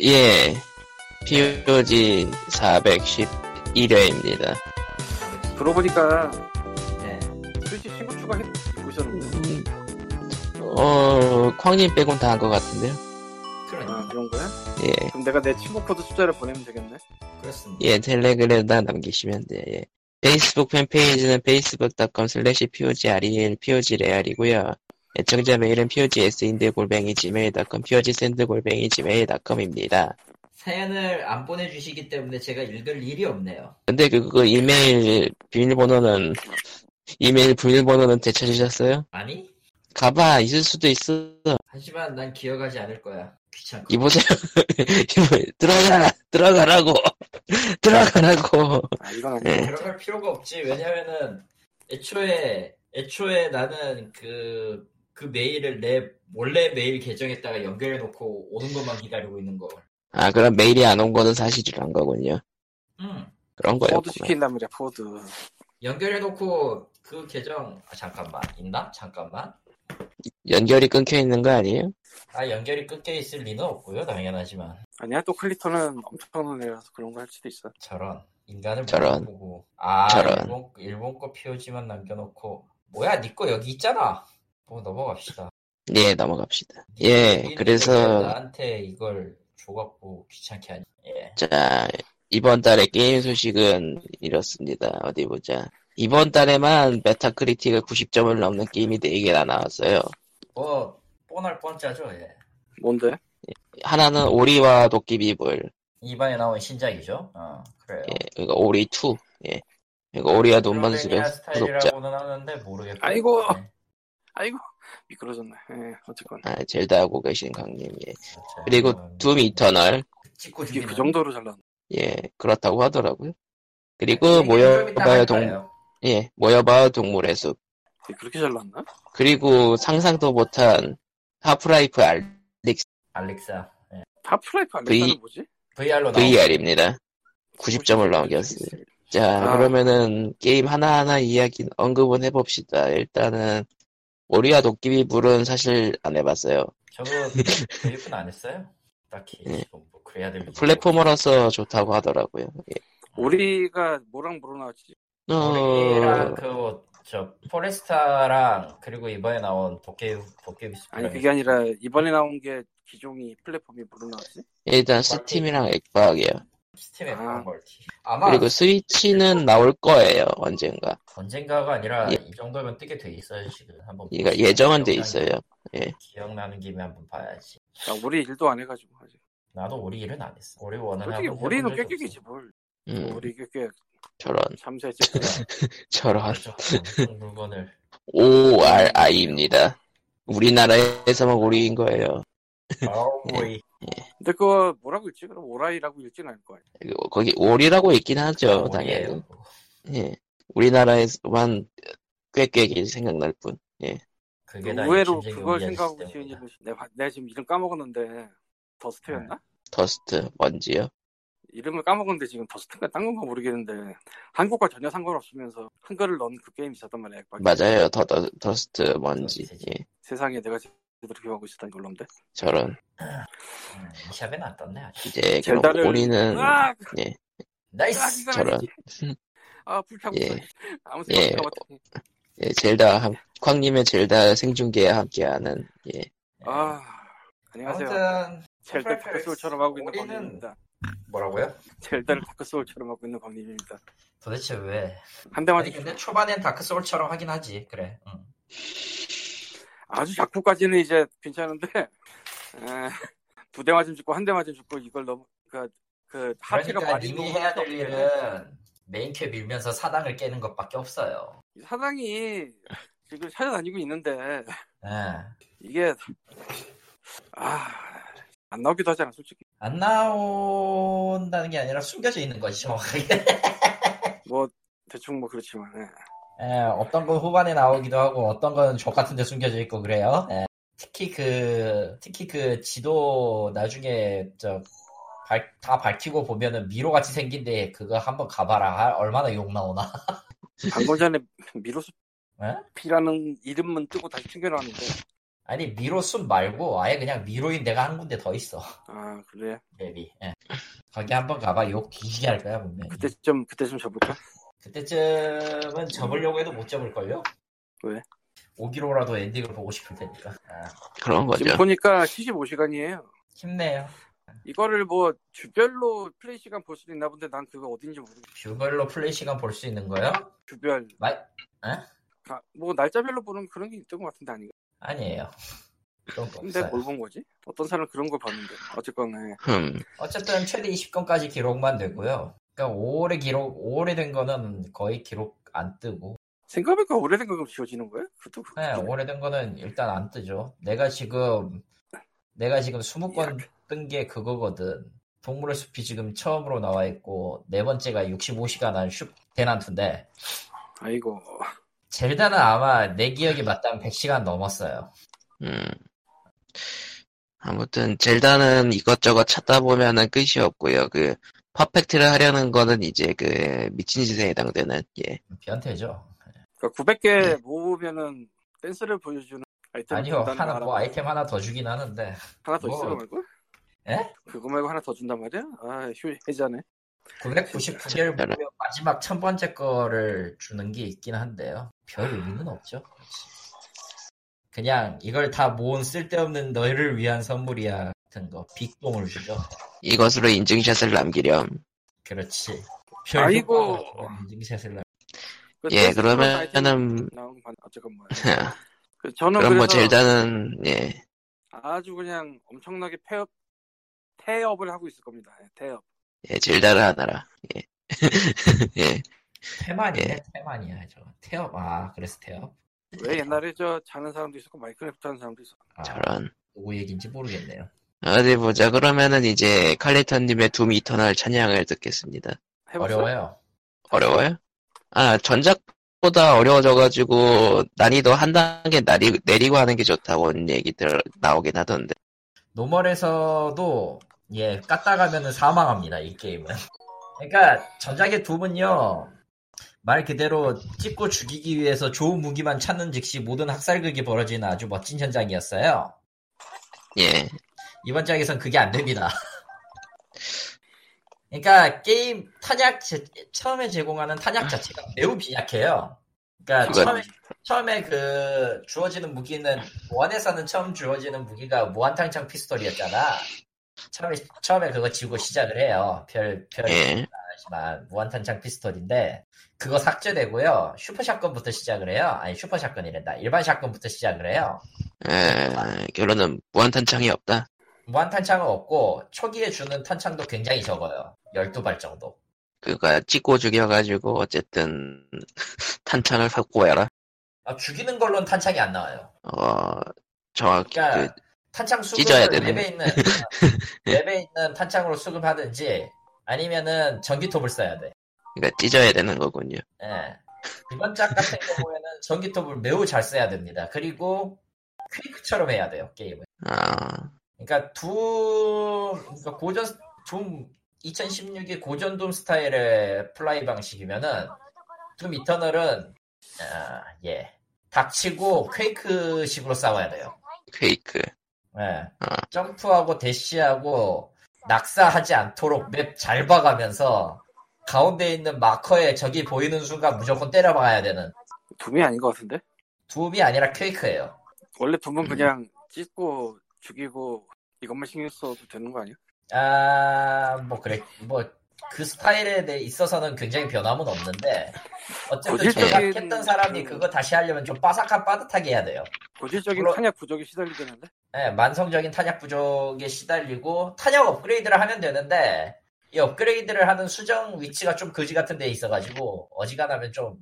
예. POG 411회입니다. 들어보니까 네. 스위치 친구 추가해 보셨는데 어, 콩님 빼곤 다 한 것 같은데요? 아 그런 거야? 예. 그럼 내가 내 친구 코드 숫자를 보내면 되겠네. 그렇습니다. 예, 텔레그램에다 남기시면 돼요. 예. 페이스북 팬페이지는 facebook.com slash pogrel, pogreal이고요. 애청자 메일은 pogsin드 골뱅이 gmail.com, pogsen드 골뱅이 gmail.com입니다. 사연을 안 보내주시기 때문에 제가 읽을 일이 없네요. 근데 그, 그 이메일 비밀번호는, 이메일 비밀번호는 되찾으셨어요? 아니? 가봐, 있을 수도 있어. 하지만 난 기억하지 않을 거야. 귀찮고. 이보세요. 이보- 들어가라, 들어가라고. 들어가라고. 아 이건 예. 아니고 들어갈 네, 필요가 없지. 왜냐면은 애초에 애초에 나는 그, 그 메일을 내 원래 메일 계정에다가 연결해놓고 오는 것만 기다리고 있는 걸. 아, 그럼 메일이 안 온 거는 사실이란 거군요. 음. 그런 포드 거였구나. 시킨단 말이야 포드. 연결해놓고 그 계정 아, 잠깐만 있나? 잠깐만. 연결이 끊겨 있는 거 아니에요? 아 연결이 끊겨 있을 리는 없고요. 당연하지만 아니야 또 클리터는 엄청난 애라서 그런 거 할 수도 있어. 저런 인간을 저런. 못 보고 아 저런. 일본 일본 거 POG만 남겨놓고 뭐야 니 거 여기 있잖아. 뭐 넘어갑시다. 예, 넘어갑시다. 예, 니들이 왜 그래서, 나한테 이걸 줘갖고 귀찮게 하니. 예. 자, 이번 달의 게임 소식은 이렇습니다. 어디 보자. 이번 달에만 메타크리틱을 90점을 넘는 게임이 4개나 나왔어요. 뭐 뻔할 뻔짜죠. 예. 뭔데? 하나는 오리와 도끼비불, 이번에 나온 신작이죠. 어 그래요. 예, 그리고 오리2, 예, 그리고 오리와 이 돈반술의 후속작. 스타일이라고는 하는데 모르겠고. 아이고. 예. 아이고 미끄러졌네. 예 어쨌건 아, 젤다하고 계신 강님, 예. 진짜. 그리고 음, 둠 이터널, 찍고 이게 그 죽이는. 정도로 잘났. 예, 그렇다고 하더라고요. 네, 그리고 모여봐요 동, 예, 모여봐요 동물의 숲. 이게 그렇게 잘났나? 그리고 상상도 못한 하프라이프 R 알렉사 파프라이프 V- 알렉사는 뭐지? VR로 나온 VR입니다. 90점을 넘겼어요. 자, 아. 그러면은 게임 하나하나 이야기 언급은 해봅시다. 일단은 오리와 도끼비 불은 사실 안 해봤어요. 저거 드리프는 안 했어요? 딱히 예. 뭐, 뭐 그래야 될 네. 플랫포머라서 좋다고 하더라고요. 예. 오리가 뭐랑 뭐로 나왔지? 오리랑 어, 그저 포레스타랑 그리고 이번에 나온 도깨비 도깨비 숲 아니 그게 아니라 이번에 나온 게 기종이 플랫폼이 뭐로 나왔지? 일단 스팀이랑 액박이에요. 스팀에 아. 나온 걸티 아마 그리고 스위치는 나올 거예요. 언젠가. 언젠가가 아니라 예. 이 정도면 뜨게 돼 있어요 지금 한번 이거 보시면 예정은 돼 기억나는- 있어요. 기억나는 김에 한번 봐야지 나 오리 아, 일도 안 해가지고 아직. 나도 오리 일은 안 했어 오리 원은 솔직히 한번 오리는 해본 적이 꾀꾀이지 뭘? 음, 오리 꾀꾀 저런, 참새지. 없어. 저런. 그렇죠. 아. 어떤 물건을 ORI입니다. 우리나라에서만 오리인 거예요. 네. 아오이 근데 그거 뭐라고 읽지? 그럼 오라이라고 읽진 않을 거야. 그리고 거기 오리라고 있긴 뭐 하죠, 당연히. 예. 우리나라에서만 꾀꾀기 생각날 뿐. 그게 다 의외로 인신적인 그걸 오리알 생각하고 시스템이구나. 지은 이름이 내가, 내가 지금 이름 까먹었는데 더스트였나? 네. 더스트, 먼지요. 이름을 까먹었는데 지금 더스트인가 딴 건가 모르겠는데 한국과 전혀 상관없으면서 한글을 넣은 그 게임이 있었단 말이야. 막 맞아요. 더, 더, 더스트, 먼지. 예. 세상에 내가 제대로 기억하고 있었다는 걸로인데 저런. 음, 이 샵에는 안 떴네 아직 이제, 그럼 젤다를 아! 오리는, 으악! 예, 나이스 으악! 저런. 그 아 불타고 예. 있어. 아무 예. 생각 없었더니 예, 젤다, 함- 광님의 젤다 생중계와 함께하는, 예. 아 안녕하세요. 아무튼 젤다 다크소울처럼 하고 있는 우리는- 광님입니다. 뭐라고요? 젤다를 다크소울처럼 하고 있는 광님입니다. 도대체 왜? 한 대만 아니 근데 초반엔 다크 소울처럼 하긴 하지 그래. 응. 아주 작고까지는 이제 괜찮은데 에, 두 대 맞음 죽고 한 대 맞음 죽고 이걸 너무 그, 그 하체가 그러니까 많이 님이 해야 될 일은 메인캐 밀면서 사당을 깨는 것밖에 없어요. 사당이 지금 찾아다니고 있는데 예. 이게 아, 아안 나오기도 하잖아 솔직히 안 나온다는 게 아니라 숨겨져 있는 거지 정확하게. 뭐 대충 뭐 그렇지만 예. 예, 어떤 건 후반에 나오기도 하고 어떤 건족 같은데 숨겨져 있고 그래요. 예. 특히 그 특히 그 지도 나중에 저다 밝히고 보면은 미로 같이 생긴데 그거 한번 가봐라 아, 얼마나 욕 나오나. 방금 전에 미로스 예? 피라는 이름만 뜨고 다시 튕겨나왔는데 아니 미로 순 말고 아예 그냥 미로인 데가 한 군데 더 있어 아 그래 맵이 예. 거기 한번 가봐 욕 뒤지게 할 거야 분명히 그때쯤 그때쯤 접을까? 그때쯤은 접으려고 해도 못 접을걸요? 왜? 5기로라도 엔딩을 보고 싶을 테니까 아, 그런 거죠. 지금 보니까 75시간이에요. 힘내요 이거를 뭐 주별로 플레이 시간 볼 수도 있나 본데 난 그거 어딘지 모르겠어. 뷰걸로 플레이 시간 볼 수 있는 거요? 주별 마- 에? 가- 뭐 날짜별로 보는 그런 게 있던 것 같은데 아닌가? 아니에요 그런 거 근데 뭐- 없어요 뭘 본 거지? 어떤 사람은 그런 걸 봤는데 어쨌건 예. 흠. 어쨌든 최대 20건까지 기록만 되고요 그러니까 5월에 기록 5월에 된 거는 거의 기록 안 뜨고 생각해보니까 오래된 거 지워지는 거야? 그것도 그렇긴 네, 해. 오래된 거는 일단 안 뜨죠. 내가 지금 내가 지금 20권 뜬 게 그거거든. 동물의 숲이 지금 처음으로 나와 있고 네 번째가 65시간 한 슈, 대난투인데 아이고 젤다는 아마 내 기억이 맞다면 100시간 넘었어요. 음. 아무튼 젤다는 이것저것 찾다 보면은 끝이 없고요. 그 퍼펙트를 하려는 거는 이제 그 미친 짓에 해당되는 예. 변태죠. 그러니까 900개 모으면은 댄스를 보여주는 아이템 네. 아니요 하나 뭐 아이템 하나 더 주긴 하는데 하나 더 뭐. 있어 말고? 에? 그거 말고 하나 더 준단 말이야? 아 휴, 해자네 999개를 보면 마지막 천 번째 거를 주는 게 있긴 한데요. 별 의미는 없죠. 그냥 이걸 다 모은 쓸데없는 너희를 위한 선물이야 같은 거 빅동을 주죠. 이것으로 인증샷을 남기렴. 그렇지. 아이고. 인증샷을 남- 그 예, 댄스 프로그램 아이템 그러면은 나온 거 봤- 어쨌건 뭐 네. 그 저는 그럼 그래서 뭐 젤다는 예. 아주 그냥 엄청나게 폐업 태업을 하고 있을 겁니다. 예, 태업. 예, 젤다를 하나라. 예. 예. 태만이네 태만이야 저 태업 아 그래서 태업 왜 옛날에 저 자는 사람도 있었고 마이크래프트 하는 사람도 있었고 아, 저런. 누구 얘기인지 모르겠네요. 어디 보자. 그러면은 이제 칼리턴님의 둠 이터널 찬양을 듣겠습니다. 해봤어? 어려워요. 어려워요? 아, 전작보다 어려워져가지고 난이도 한 단계 내리, 내리고 하는 게 좋다고 얘기들 나오긴 하던데. 노멀에서도 예 깠다 가면은 사망합니다 이 게임은. 그러니까 전작의 둠은요 말 그대로 찍고 죽이기 위해서 좋은 무기만 찾는 즉시 모든 학살극이 벌어지는 아주 멋진 현장이었어요. 예, 이번 작에선 그게 안 됩니다. 그러니까 게임 탄약 제- 처음에 제공하는 탄약 자체가 매우 빈약해요. 그러니까 그건- 처음에 처음에 그 주어지는 무기는 원에서는 처음 주어지는 무기가 무한탕창 피스톨이었잖아. 처음에 처음에 그거 지고 시작을 해요. 별별 예. 하지만 무한탄창 피스톨인데 그거 삭제되고요. 슈퍼샷건부터 시작을 해요. 아니 슈퍼샷건이란다. 일반 샷건부터 시작을 해요. 에, 예, 결론은 무한탄창이 없다. 무한탄창은 없고 초기에 주는 탄창도 굉장히 적어요. 12발 정도. 그니까 찍고 죽여가지고 어쨌든 탄창을 확보해라. 아, 죽이는 걸로는 탄창이 안 나와요. 어, 정확히 그러니까 탄창 수급을 찢어야 되는 랩에 있는 랩에 있는 탄창으로 수급하든지 아니면은 전기톱을 써야 돼. 그, 그러니까 찢어야 되는 거군요. 예. 이번 작 같은 경우에는 전기톱을 매우 잘 써야 됩니다. 그리고 퀵처럼 해야 돼요 게임을. 아, 그러니까 두 그러니까 고전 좀 2016의 고전 둠 스타일의 플라이 방식이면은 둠 이터널은 아, 예 닥치고 퀘이크식으로 싸워야 돼요. 퀘이크. 예. 아. 점프하고 대시하고 낙사하지 않도록 맵 잘 봐가면서 가운데 있는 마커에 적이 보이는 순간 무조건 때려박아야 되는 둠이 아닌 것 같은데? 둠이 아니라 퀘이크예요. 원래 둠은 음. 그냥 찢고 죽이고 이것만 신경 써도 되는 거 아니야? 아, 뭐, 그래, 뭐, 그 스타일에 대해 있어서는 굉장히 변함은 없는데, 어쨌든 고질적인- 음. 제작했던 사람이 그거 다시 하려면 좀 바삭한 빠듯하게 해야 돼요. 고질적인 물론- 탄약 부족이 시달리겠는데? 예, 만성적인 탄약 부족에 시달리고, 탄약 업그레이드를 하면 되는데, 이 업그레이드를 하는 수정 위치가 좀 거지 같은 데 있어가지고, 어지간하면 좀,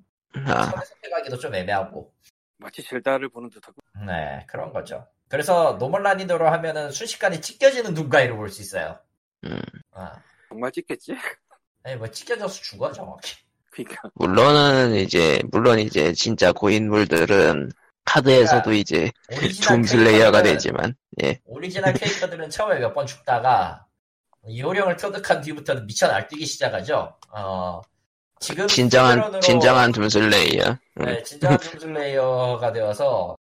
아, 처음에 선택하기도 좀 애매하고, 마치 젤다를 보는 듯하고 네, 그런 거죠. 그래서 노멀 난이도로 하면은 순식간에 찢겨지는 눈가위로 볼 수 있어요. 음. 아, 정말 찢겠지? 아니, 뭐, 찢겨져서 죽어, 정확히. 그러니까 물론은 이제, 물론 이제 진짜 고인물들은 카드에서도 이제 오리지널 둠 슬레이어가 그러니까 캐릭터들은- 되지만, 예, 오리지널 캐릭터들은 처음에 몇 번 죽다가 요령을 터득한 뒤부터는 미쳐 날뛰기 시작하죠. 어, 지금 진정한, 어. 스피드런으로- 진정한 둠 슬레이어. 음. 네, 진정한 둠슬레이어가 되어서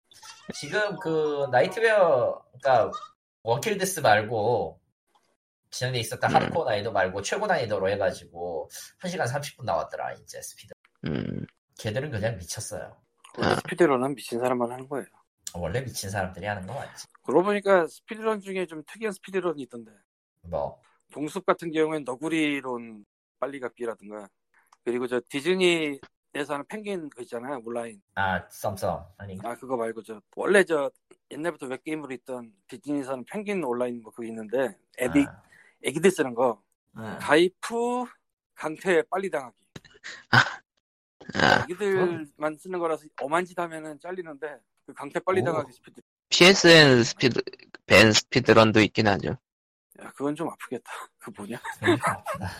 지금 그 나이트웨어 그러니까 원킬데스 말고 지난해 있었던 음. 하드코어 난이도 말고 최고 난이도로 해가지고 1시간 30분 나왔더라 이제 스피드 음, 걔들은 그냥 미쳤어요 원래 아. 스피드런은 미친 사람만 하는 거예요. 원래 미친 사람들이 하는 거 맞지 그러고 보니까 스피드런 중에 좀 특이한 스피드런이 있던데. 뭐 동숲 같은 경우엔 너구리론 빨리갚기라든가 그리고 저 디즈니에서 하는 펭귄 그 있잖아요 온라인 아, 썸썸 아닌가? 아 그거 말고 저 원래 저 옛날부터 웹게임으로 있던 디즈니에서 하는 펭귄 온라인 뭐 그거 있는데 애기 아, 애기들 쓰는 거 아. 가이프 강퇴 빨리 당하기 아, 애기들만 쓰는 거라서 엄한 짓 하면은 잘리는데 그 강퇴 빨리 오. 당하기 스피드 PSN 스피드, 밴 스피드런도 있긴 하죠. 야 그건 좀 아프겠다 그 뭐냐 그러니까 아프다.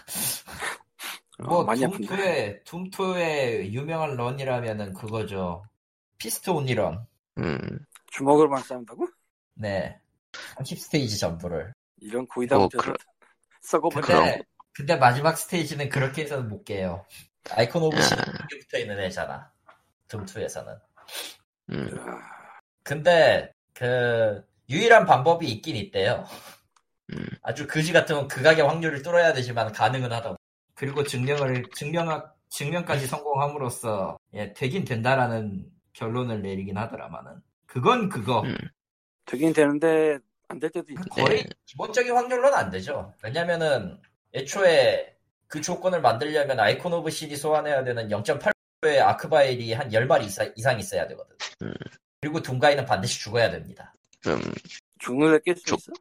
어, 뭐 많이 아픈데 둠토의 둠토의 유명한 런이라면은 그거죠. 피스트 온리런. 음, 주먹으로만 싸운다고 네. 30 스테이지 전부를. 이런 고이다 뭐, 못해서 그러- 썩어버려 그럼. 어, 근데 근데 마지막 스테이지는 그렇게 해서는 못 깨요. 아이콘 오브 예. 야. 시이 붙어 있는 애잖아. 둠투에서는. 음, 근데 그 유일한 방법이 있긴 있대요. 음. 아주 그지 같으면 극악의 확률을 뚫어야 되지만 가능은 하다. 그리고 증명을 증명 증명까지 성공함으로써 예, 되긴 된다라는 결론을 내리긴 하더라마는 그건 그거 음. 되긴 되는데 안 될 때도 있 거의 네. 기본적인 확률로는 안 되죠. 왜냐면은 애초에 그 조건을 만들려면 아이콘 오브 신이 소환해야 되는 0.8%의 아크바일이 한 10마리 이사- 이상 있어야 되거든. 음. 그리고 둥가이는 반드시 죽어야 됩니다. 좀, 죽는데 깰 수 죽- 있어?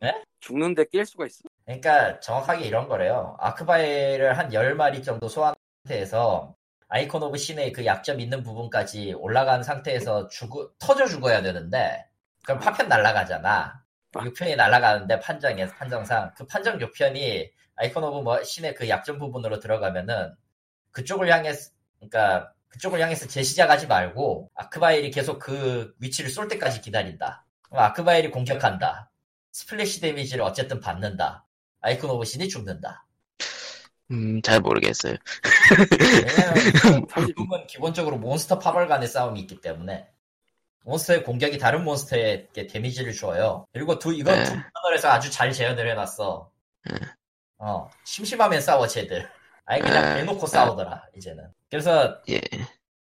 네? 죽는데 깰 수가 있어? 그러니까 정확하게 이런 거래요. 아크바이를 한 10마리 정도 소환한 상태에서 아이콘 오브 신의 그 약점 있는 부분까지 올라간 상태에서 죽어, 터져 죽어야 되는데 그럼 파편 날아가잖아. 요편이 날아가는데 판정에서 판정상 그 판정 요편이 아이콘 오브 뭐- 신의 그 약점 부분으로 들어가면은 그쪽을 향해서 그러니까 그쪽을 향해서 재시작하지 말고 아크바일이 계속 그 위치를 쏠 때까지 기다린다. 그럼 아크바일이 공격한다. 스플래시 데미지를 어쨌든 받는다. 아이콘 오브 신이 죽는다. 음, 잘 모르겠어요. 왜냐면 사실- 지금은 기본적으로 몬스터 파벌 간의 싸움이 있기 때문에 몬스터의 공격이 다른 몬스터에게 데미지를 줘요. 그리고 두 이건 네. 두 패널에서 아주 잘 재현을 해놨어. 네. 어 심심하면 싸워 쟤들. 아예 그냥 네. 대놓고 싸우더라 이제는. 그래서 예,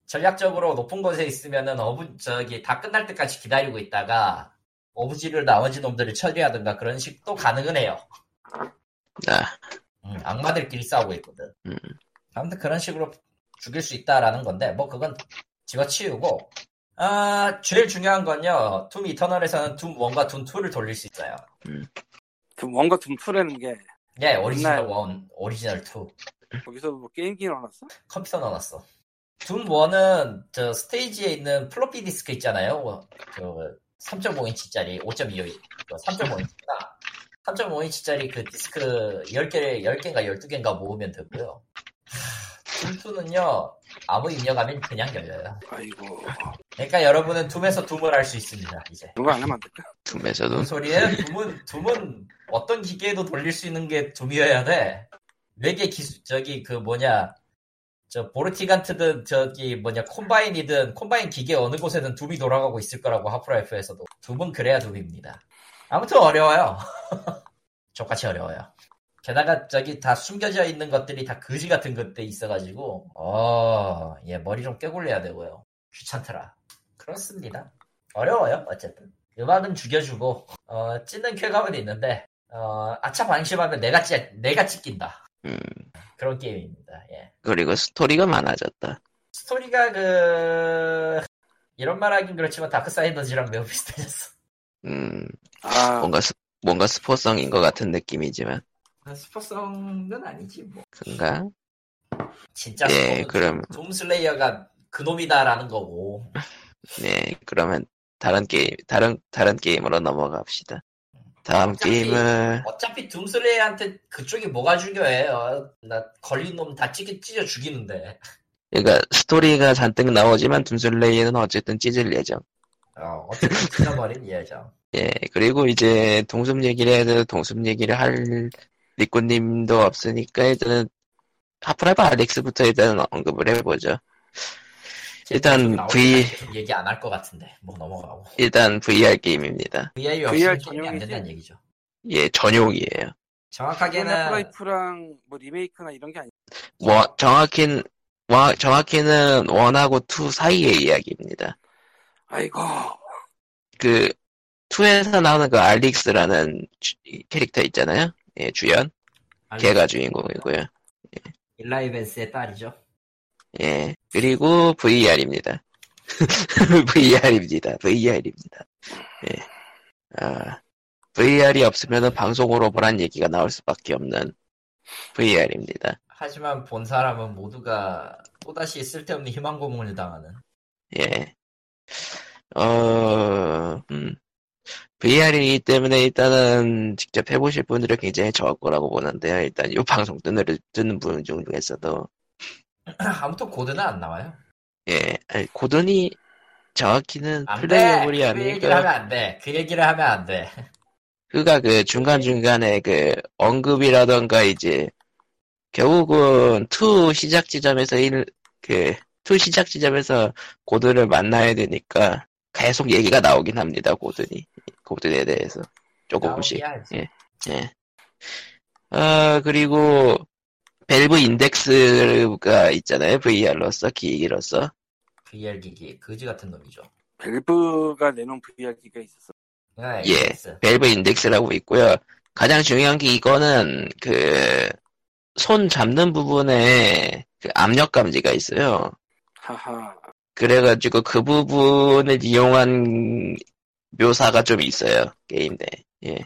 전략적으로 높은 곳에 있으면은 어부 저기 다 끝날 때까지 기다리고 있다가 어부지를 나머지 놈들을 처리하든가 그런 식도 가능은 해요. 나, 음, 악마들끼리 싸우고 있거든. 음. 아무튼 그런 식으로 죽일 수 있다라는 건데, 뭐 그건 집어치우고, 아, 제일 중요한 건요, 툼 이터널에서는 툼 1과 툼 2를 돌릴 수 있어요. 그 뭔가 둠투라는 게 예, 오리지널 옛날- 1, 오리지널 2. 거기서 뭐 게임기 넣어놨어? 컴퓨터 넣어놨어. 둠 1은 저 스테이지에 있는 플로피 디스크 있잖아요. 어, 그 3.5인치짜리, 5.25, 3.5인치나 3.5인치짜리 그 디스크 10개, 10개인가 12개인가 모으면 되고요. 둠2는요, 아무 입력하면 그냥 열려요. 아이고 그러니까 여러분은 둠에서 둠을 할 수 있습니다, 이제. 그거 안 하면 안 될까? 둠에서도, 무슨 그 소리예요? 둠은, 둠은 어떤 기계에도 돌릴 수 있는 게 둠이어야 돼. 외계 기술, 저기 그 뭐냐, 저 보르티간트든 저기 뭐냐, 콤바인이든 콤바인 기계 어느 곳에든 둠이 돌아가고 있을 거라고 하프라이프에서도. 둠은 그래야 둠입니다. 아무튼 어려워요. 저같이 어려워요. 게다가 저기 다 숨겨져 있는 것들이 다 거지 같은 것들 있어가지고, 어, 예, 머리 좀 깨굴려야 되고요. 귀찮더라. 그렇습니다. 어려워요, 어쨌든. 음악은 죽여주고 어, 찢는 쾌감은 있는데 어, 아차 방심하면 내가 찢 내가 찢긴다 음, 그런 게임입니다. 예. 그리고 스토리가 많아졌다. 스토리가 그 이런 말하긴 그렇지만 다크 사이더즈랑 매우 비슷해졌어. 음, 아 뭔가, 스, 뭔가 스포성인 것 같은 느낌이지만, 아, 스포성은 아니지 뭐. 그런가? 진짜 예, 그... 그럼, 둠슬레이어가 그놈이다라는 거고 네, 그러면 다른 게임, 다른, 다른 게임으로 넘어갑시다. 다음 어차피- 게임은, 어차피 둠슬레이어한테 그쪽이 뭐가 중요해? 어, 나 걸린 놈 다 찢겨 찢어 죽이는데. 그러니까 스토리가 잔뜩 나오지만 둠슬레이는 어쨌든 찢을 예정. 어, 어떻게 찢어버린 예정. 예, 그리고 이제 동숲 얘기를 해야 돼서 동숲 얘기를 할 리꾸님도 없으니까 일단은 하프라이브 알렉스부터 일단 언급을 해보죠. 일단 나올 V 때까지 계속 얘기 안 할 것 같은데 뭐 넘어가고 일단 VR 게임입니다. VR VR 없으면 게임이 안 전용이지. 된다는 얘기죠. 예, 전용이에요. 소나 정확하게는 프라이프랑 뭐 리메이크나 이런 게 아니. 뭐 정확히는 와- 정확히는 원하고 투 사이의 이야기입니다. 아이고. 그 투에서 나오는 그 알릭스라는 주- 캐릭터 있잖아요. 예, 주연. 걔가 주인공이고요. 일라이벤스의 딸이죠. 예. 그리고 VR입니다. VR입니다. VR입니다. 예. 아, VR이 없으면 방송으로 보란 얘기가 나올 수밖에 없는 VR입니다. 하지만 본 사람은 모두가 또다시 쓸데없는 희망 고문을 당하는. 예. 어, 음. VR이기 때문에 일단은 직접 해보실 분들이 굉장히 적을 거라고 보는데요. 일단 이 방송 듣는, 듣는 분 중에서도 아무튼 고드는 안 나와요. 예, 아니, 고든이 정확히는 안 돼. 플레이어블이 그 얘기를 아니니까 하면 안 돼. 그 얘기를 하면 안 돼. 그가 그 중간중간에 그 언급이라던가 이제 결국은 투 시작 지점에서 일 그 투 시작 지점에서 고든을 만나야 되니까 계속 얘기가 나오긴 합니다. 고든이 고든에 대해서 조금씩 나오기야 하지. 예. 아 그리고 밸브 인덱스가 있잖아요. VR로서 기기로서 VR 기기 거지 같은 놈이죠. 벨브가 내놓은 VR 기가 있었어. 그냥 예. AS. 밸브 인덱스라고 있고요. 가장 중요한 게 이거는 그 손 잡는 부분에 그 압력 감지가 있어요. 하하. 그래가지고 그 부분을 이용한 묘사가 좀 있어요 게임 내. 예,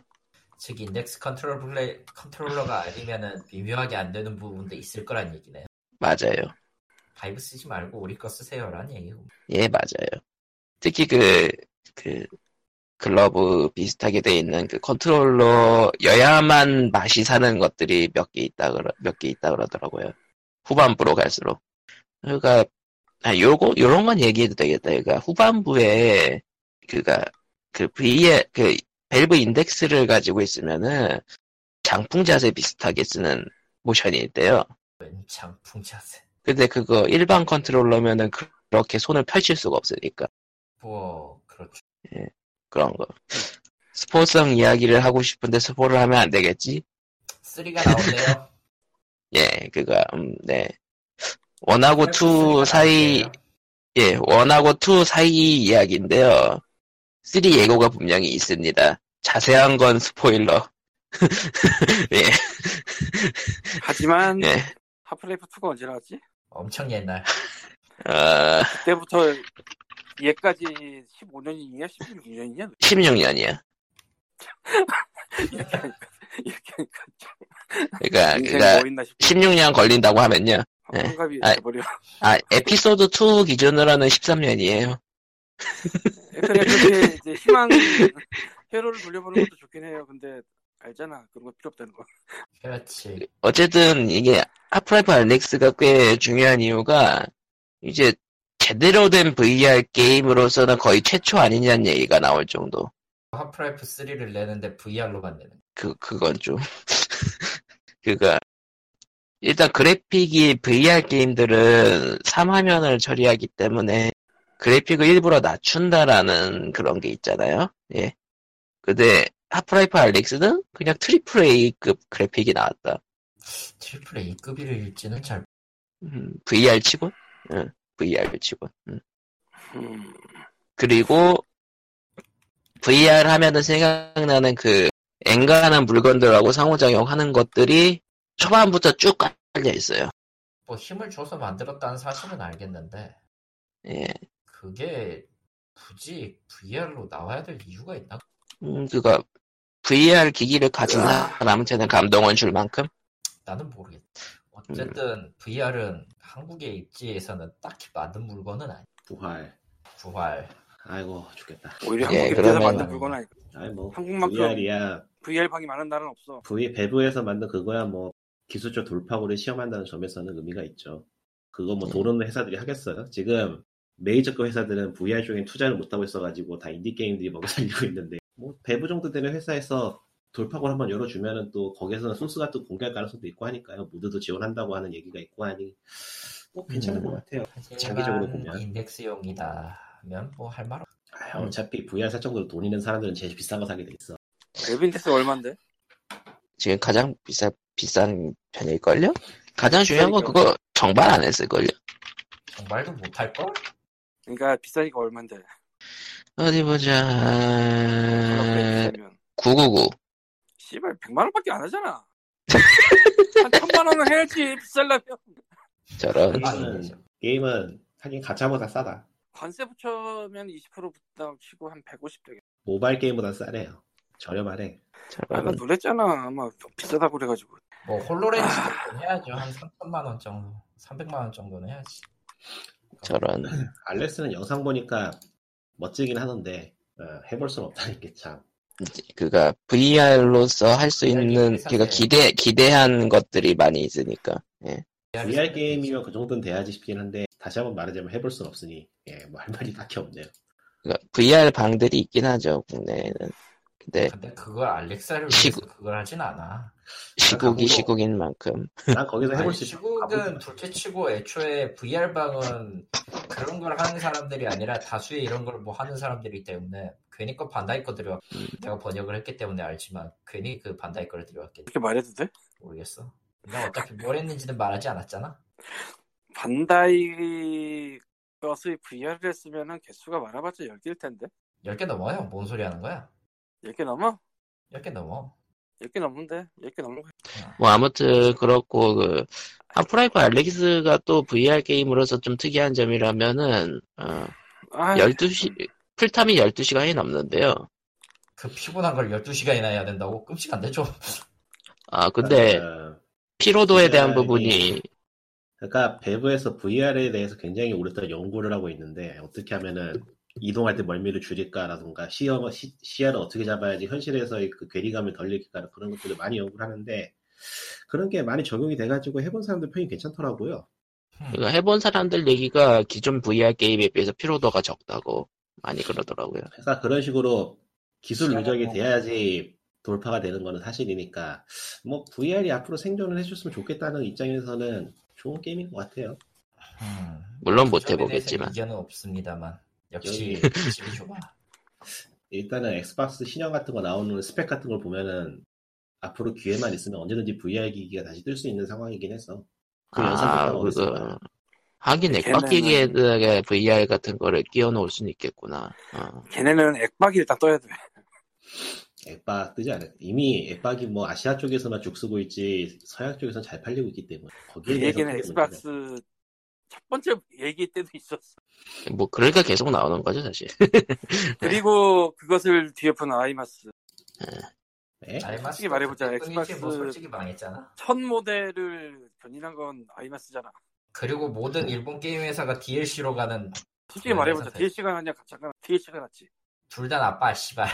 즉 인덱스 컨트롤 플레이 컨트롤러가 아니면은 미묘하게 안 되는 부분도 있을 거란 얘기네요. 맞아요. 바이브 쓰지 말고 우리 거 쓰세요라는 얘기고. 예, 맞아요. 특히 그, 그, 글러브 비슷하게 돼 있는 그 컨트롤러여야만 맛이 사는 것들이 몇 개 있다, 그러, 몇 개 있다 그러더라고요. 후반부로 갈수록. 그러니까, 아, 요거, 요런 건 얘기해도 되겠다. 그러니까 후반부에, 그가, 그 V의, 그, 밸브 인덱스를 가지고 있으면은 장풍 자세 비슷하게 쓰는 모션이 있대요. 웬창 풍차세. 근데 그거 일반 컨트롤러면은 그렇게 손을 펼칠 수가 없으니까. 뭐 그렇죠. 그런 거. 스포츠성 이야기를 하고 싶은데 스포를 하면 안 되겠지? 3가 나오네요. 예, 그가, 음, 네. 뭐 원하고 쓰리가 투 사이, 나오네요. 예, 원하고 투 사이 이야기인데요. 3 예고가 분명히 있습니다. 자세한 건 스포일러. 어, 예, 하지만 예. 하프라이프 2가 언제 나왔지? 엄청 옛날. 어, 그때부터 얘까지 15년이냐 16년이냐 16년이야. 이렇게 하니까 이렇게 하니까 아, 그러니까, 그니까, 인생 그니까, 뭐 있나 싶고 16년 걸린다고 하면요. 예. 환갑이 아, 돼버려. 아, 에피소드 2 기준으로는 13년이에요. 그러니까 그렇게 이제 희망 회로를 돌려보는 것도 좋긴 해요. 근데 알잖아 그런 거 필요 없다는 거. 그렇지. 어쨌든 이게 하프라이프 알렉스가 꽤 중요한 이유가 이제 제대로 된 VR 게임으로서는 거의 최초 아니냐는 얘기가 나올 정도. 하프라이프 3를 내는데 VR로만 내는. 그 그건 좀 그가 일단 그래픽이 VR 게임들은 3화면을 처리하기 때문에 그래픽을 일부러 낮춘다라는 그런 게 있잖아요. 예. 근데 하프라이프 알렉스는 그냥 트리플 A급 그래픽이 나왔다. 트리플 A급일지는 잘 음, VR 치곤? 응, VR 치곤. 응. 음, 그리고 VR 하면은 생각나는 그 앵간한 물건들하고 상호작용하는 것들이 초반부터 쭉 깔려 있어요. 뭐 힘을 줘서 만들었다는 사실은 알겠는데 예, 그게 굳이 VR로 나와야 될 이유가 있나? 음, 그거 VR 기기를 가진 사람한테는 감동을 줄 만큼 나는 모르겠다. 어쨌든 음. VR은 한국의 입지에서는 딱히 맞는 물건은 아니. 부활. 부활. 아이고 죽겠다. 오히려 예, 한국 에서 그러면- 만든 물건 아니고 아니 뭐 한국만큼- VR이야. VR 방이 많은 나라는 없어. V 배부에서 만든 그거야 뭐 기술적 돌파구를 시험한다는 점에서는 의미가 있죠. 그거 뭐 음. 네. 도는 회사들이 하겠어요? 지금 메이저급 회사들은 VR 쪽에 투자를 못 하고 있어가지고 다 인디 게임들이 먹고 살리고 있는데 뭐 배부 정도 되는 회사에서 돌파구를 한번 열어주면은 또 거기에서는 소스가 또 공개할 가능성도 있고 하니까요. 모두도 지원한다고 하는 얘기가 있고 하니 뭐 괜찮은 음. 것 같아요. 하지만 장기적으로 보면. 인덱스용이다면 뭐 할 말 없. 아, 음. 어차피 VR 살 정도로 돈 있는 사람들은 제일 비싼 거 사게 돼 있어. 에빈데스 얼마인데? 지금 가장 비싸, 비싼 편일걸요? 가장 중요한 건 그러니까요. 그거 정발 안 했을걸요? 정말도 못할 걸? 그러니까 비싸니까 얼마인데? 음. 어디 보자. 비싸면 999. 씨발 100만 원밖에 안 하잖아. 한 천만 원은 해야지 비싸려면 저런. 아니. 아니 되죠. 게임은 하긴 가차보다 싸다. 관세 붙여면 20% 부담 치고 한 150 되겠다. 모바일 게임보다 싸네요. 저렴하네. 아까 저런. 놀랬잖아. 아마 비싸다고 그래가지고. 뭐 홀로렌즈 정도 해야죠. 한 3천만 원 정도, 300만 원 정도는 해야지. 저런. 알렉스는 영상 보니까 멋지긴 하던데 어, 해볼 수는 없다니까 참. 이제 그가 VR로서 할 수 VR 있는, 세상에. 그가 기대, 기대한 것들이 많이 있으니까. 예. VR 게임이면 그 정도는 돼야지 싶긴 한데 다시 한번 말하자면 해볼 수는 없으니 예, 뭐 할 말이 딱히 없네요. 그러니까 VR 방들이 있긴 하죠, 국내에는. 근데 근데 그걸 알렉사를 위해서 시구- 그걸 하진 않아. 시국이 가보고. 시국인 만큼. 난 거기서 해볼 아니, 수 있어. 시국은 둘째치고 애초에 VR 방은 그런 걸 하는 사람들이 아니라 다수의 이런 걸 뭐 하는 사람들이기 때문에 괜히 그 반다이 거 들여왔. 내가 번역을 했기 때문에 알지만 괜히 그 반다이 거를 들여왔겠지 이렇게 말해도 돼? 모르겠어. 내가 어차피 뭘 했는지는 말하지 않았잖아. 반다이 것의 VR을 쓰면은 개수가 많아봤자 10개일 텐데. 10개 넘어요. 뭔 소리 하는 거야? 10개 넘어? 10개 넘어. 10개 넘는데? 10개 넘는 거야. 뭐 아무튼 그렇고 그 하프라이프 알렉스가 또 VR 게임으로서 좀 특이한 점이라면은 어, 아, 12시 풀타임이 12시간이 넘는데요. 그 피곤한 걸 12시간이나 해야 된다고 끔찍한데 좀. 아 근데 어, 피로도에 대한 VR 이- 부분이 그러니까 배부에서 VR에 대해서 굉장히 오랫동안 연구를 하고 있는데 어떻게 하면은 이동할 때 멀미를 줄일까라든가 시야, 시, 시야를 어떻게 잡아야지 현실에서의 그 괴리감을 덜 느낄까 그런 것들을 많이 연구를 하는데 그런 게 많이 적용이 돼가지고 해본 사람들 평이 괜찮더라고요. 그러니까 해본 사람들 얘기가 기존 VR 게임에 비해서 피로도가 적다고 많이 그러더라고요. 그러니까 그런 식으로 기술 시간을 누적이 뭐- 돼야지 돌파가 되는 거는 사실이니까 뭐 VR이 앞으로 생존을 해줬으면 좋겠다는 입장에서는 좋은 게임인 것 같아요. 음. 물론 그 못 점에 대해서는 해보겠지만 이견은 없습니다만 역시 집이 좁아. 일단은 엑스박스 신형 같은 거 나오는 스펙 같은 걸 보면은 앞으로 기회만 있으면 언제든지 VR 기기가 다시 뜰 수 있는 상황이긴 해서 그 아 영상 그 보다가 어 하긴 걔네는- 액박기기에다가 VR 같은 거를 끼워 놓을 수는 있겠구나. 어. 걔네는 액박이 딱 떠야 돼. 엑박 뜨지 않을 이미 엑박이 뭐 아시아 쪽에서만 죽쓰고 있지 서양 쪽에서는 잘 팔리고 있기 때문에 거기에 그 대해서 얘기는 크게 문제는 엑스박스 첫 번째 얘기 때도 있었어. 뭐 그러니까 계속 나오는 거죠 사실. 음. 그리고 그것을 뒤에 푼 아이마스. 없네. 솔직히 말해보자, 엑스박스 뭐 엑스박스- 솔직히 망했잖아. 첫 모델을 견인한 건 아이마스잖아. 그리고 모든 일본 게임 회사가 DLC로 가는 솔직히 네, 말해보자. 사실. DLC가 아니라 가차가, DLC가 낫지. 둘 다 나빠 씨발.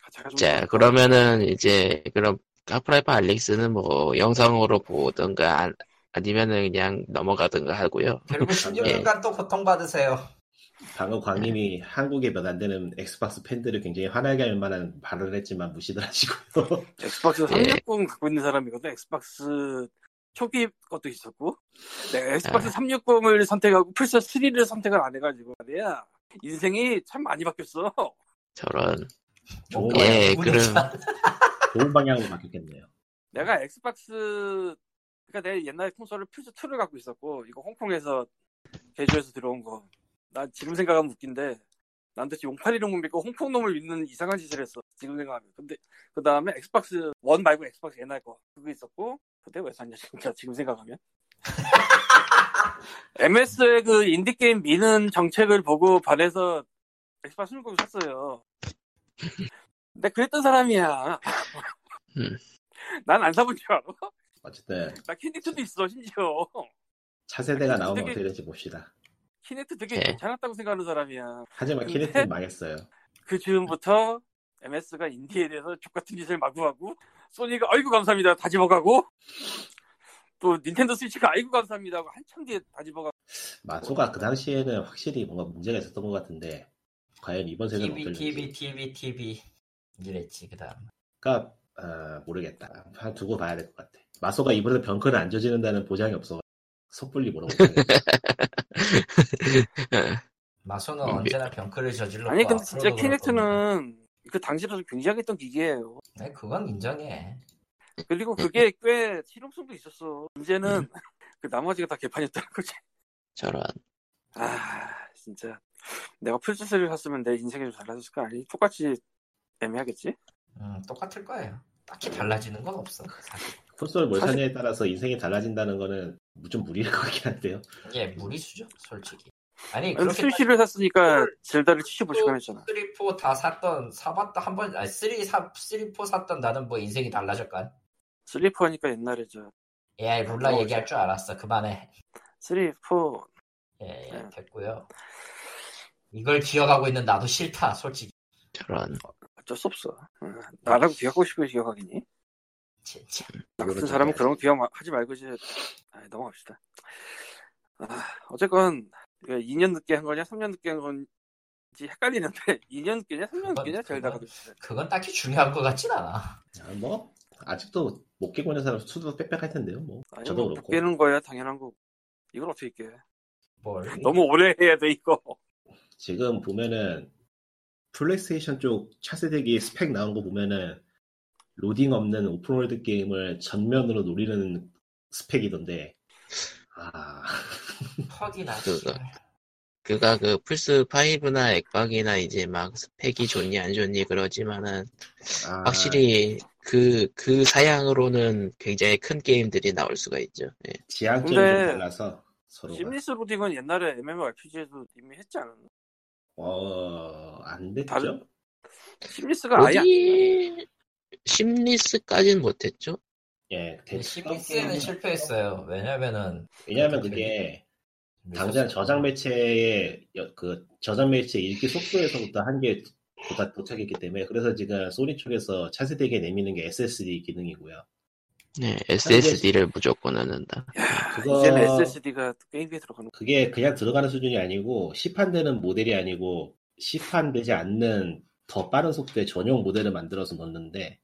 가차가 좀. 자, 그러면은 이제 그럼 하프라이프 알렉스는 뭐 영상으로 보든가 안- 아니면은 그냥 넘어가든가 하고요. 그리고 예. 16년간 또 고통받으세요. 방금 광님이 한국에 몇 안 되는 엑스박스 팬들을 굉장히 화나게 할 만한 발언을 했지만 무시들 하시고요. 엑스박스 예. 360 갖고 있는 사람이거든. 엑스박스 초기 것도 있었고. 내가 엑스박스 360을 선택하고 플스 3를 선택을 안 해가지고 말이야. 인생이 참 많이 바뀌었어. 저런 좋은, 뭔가 예, 그럼. 분위기 참- 좋은 방향으로 바뀌겠네요. 내가 엑스박스 그러니까 내 옛날에 콘솔을 플스 2를 갖고 있었고 이거 홍콩에서 제조해서 들어온 거. 난 지금 생각하면 웃긴데 난 대체 용팔이를 못 믿고 홍콩 놈을 믿는 이상한 짓을 했어. 지금 생각하면. 근데 그 다음에 엑스박스 1 말고 엑스박스 옛날 거 그거 있었고 그때 왜 샀냐 진짜 지금 생각하면. MS의 그 인디 게임 미는 정책을 보고 반해서 엑스박스 16 샀어요. 근데 그랬던 사람이야. 음. 난 안 사본 줄 알아. 어쨌든 나 키넥트도 있어 심지어 차세대가 아니, 나오면 되게- 어떻게 될지 봅시다. 키넥트 되게 예. 괜찮았다고 생각하는 사람이야 하지만 근데- 키네틱 망했어요. 그 즈음부터 MS가 인디에 대해서 족같은 짓을 마구 하고 소니가 아이고 감사합니다 다 집어가고 또 닌텐도 스위치가 아이고 감사합니다 하고 한참 뒤에 다 집어가고 마소가 그 당시에는 확실히 뭔가 문제가 있었던 것 같은데 과연 이번 세대는 TV 어떨지 TV TV TV 이랬지 그다음. 그러니까 아, 모르겠다. 한 두고 봐야 될 것 같아. 마소가 이번에 병크를 안 저지른다는 보장이 없어. 섣불리 물어보는 거예요. 마소는 예. 언제나 병크를 저질렀고 아니 근데 진짜 앞으로도 그럴 겁니다. 캐릭터는 그 당시부터 굉장했던 기계예요. 네, 그건 인정해 그리고 그게 꽤 실용성도 있었어. 문제는 그 나머지가 다 개판이었다는 거지. 저런. 아 진짜 내가 풀스를 샀으면 내 인생이 좀 달라졌을 거 아니? 똑같이 애매하겠지? 음, 똑같을 거예요 딱히 달라지는 건 없어 사실 콘솔 뭘 사냐에 따라서 인생이 달라진다는 거는 좀 무리일 것 같긴 한데요. 이게 무리수죠 솔직히 아니 근데 그렇게 스위치를 샀으니까 젤다를 75시간 했잖아. 3, 4다 샀던 사봤다 한번 아니 3, 4, 3, 4 샀던 나는 뭐 인생이 달라졌건 슬리퍼 하니까 옛날에 저 AI 룰라 뭐, 어, 얘기할 줄 알았어 그만해 3, 4 예, 예, 네. 됐고요 이걸 기억하고 있는 나도 싫다 솔직히 저런. 어쩔 수 없어. 응. 나라고 기억하고 싶으면 기억하겠니? 진짜 나 같은 그렇죠. 사람은 그런 거 기억하지 말고 이제 아, 넘어갑시다. 아, 어쨌건 2년 늦게 한 거냐 3년 늦게 한 건지 헷갈리는데 2년 늦게냐 3년 그건- 늦게냐 젤다가 그건- 됐어요. 그건 딱히 중요한 것 같진 않아 아, 뭐 아직도 못 깨고 있는 사람 수도 빽빽할 텐데요. 뭐 아니, 저도 뭐 그렇고 깨는 거야 당연한 거고. 이걸 어떻게 깨? 뭘 너무 오래 해야 돼 이거. 지금 보면은 플레이스테이션 쪽 차세대기 스펙 나온 거 보면은 로딩 없는 오픈월드 게임을 전면으로 노리는 스펙이던데 아 퍽이나 네, 그거. 씨발. 그가 그 플스 5나 액박이나 이제 막 스펙이 좋니 안 좋니 그러지만은 아, 확실히 그 그 사양으로는 굉장히 큰 게임들이 나올 수가 있죠. 예. 지향점이 근데 좀 달라서 서로가 심리스 로딩은 옛날에 MMORPG에도 이미 했지 않았나? 어, 어안 됐죠? 다른- 심리스가 아예 안- 어디 심리스까진 못했죠. 예 근데 대충 시리즈는 실패했어요 왜냐면은 왜냐하면 그게 네. 당장 저장 매체의 여- 그 저장 매체 읽기 속도에서부터 한계 보다 도착했기 때문에 그래서 지금 소니 쪽에서 차세대기에 내미는 게 SSD 기능이고요. 네, SSD를 무조건 넣는다. 야, 그거- 아, 이제는 SSD가 게임기에 들어가는 거. 그게 그냥 들어가는 수준이 아니고 시판되는 모델이 아니고 시판되지 않는 더 빠른 속도의 전용 모델을 만들어서 넣는데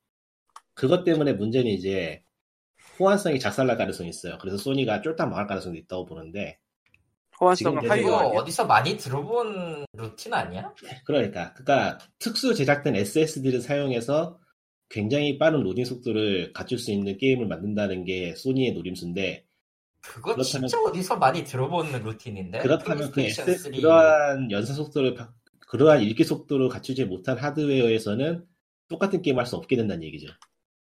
그것 때문에 문제는 이제 호환성이 작살날 가능성이 있어요. 그래서 소니가 쫄딱 망할 가능성도 있다고 보는데 호환성은 지금 하이오 계속- 이거 아니야? 어디서 많이 들어본 루틴 아니야? 그러니까 그러니까 특수 제작된 SSD를 사용해서 굉장히 빠른 로딩 속도를 갖출 수 있는 게임을 만든다는 게 소니의 노림수인데 그거 그렇다면- 진짜 어디서 많이 들어본 루틴인데 그렇다면 그 플레이스테이션 S, 3. 그러한 연산 속도를 바- 그러한 읽기 속도를 갖추지 못한 하드웨어에서는 똑같은 게임 할 수 없게 된다는 얘기죠.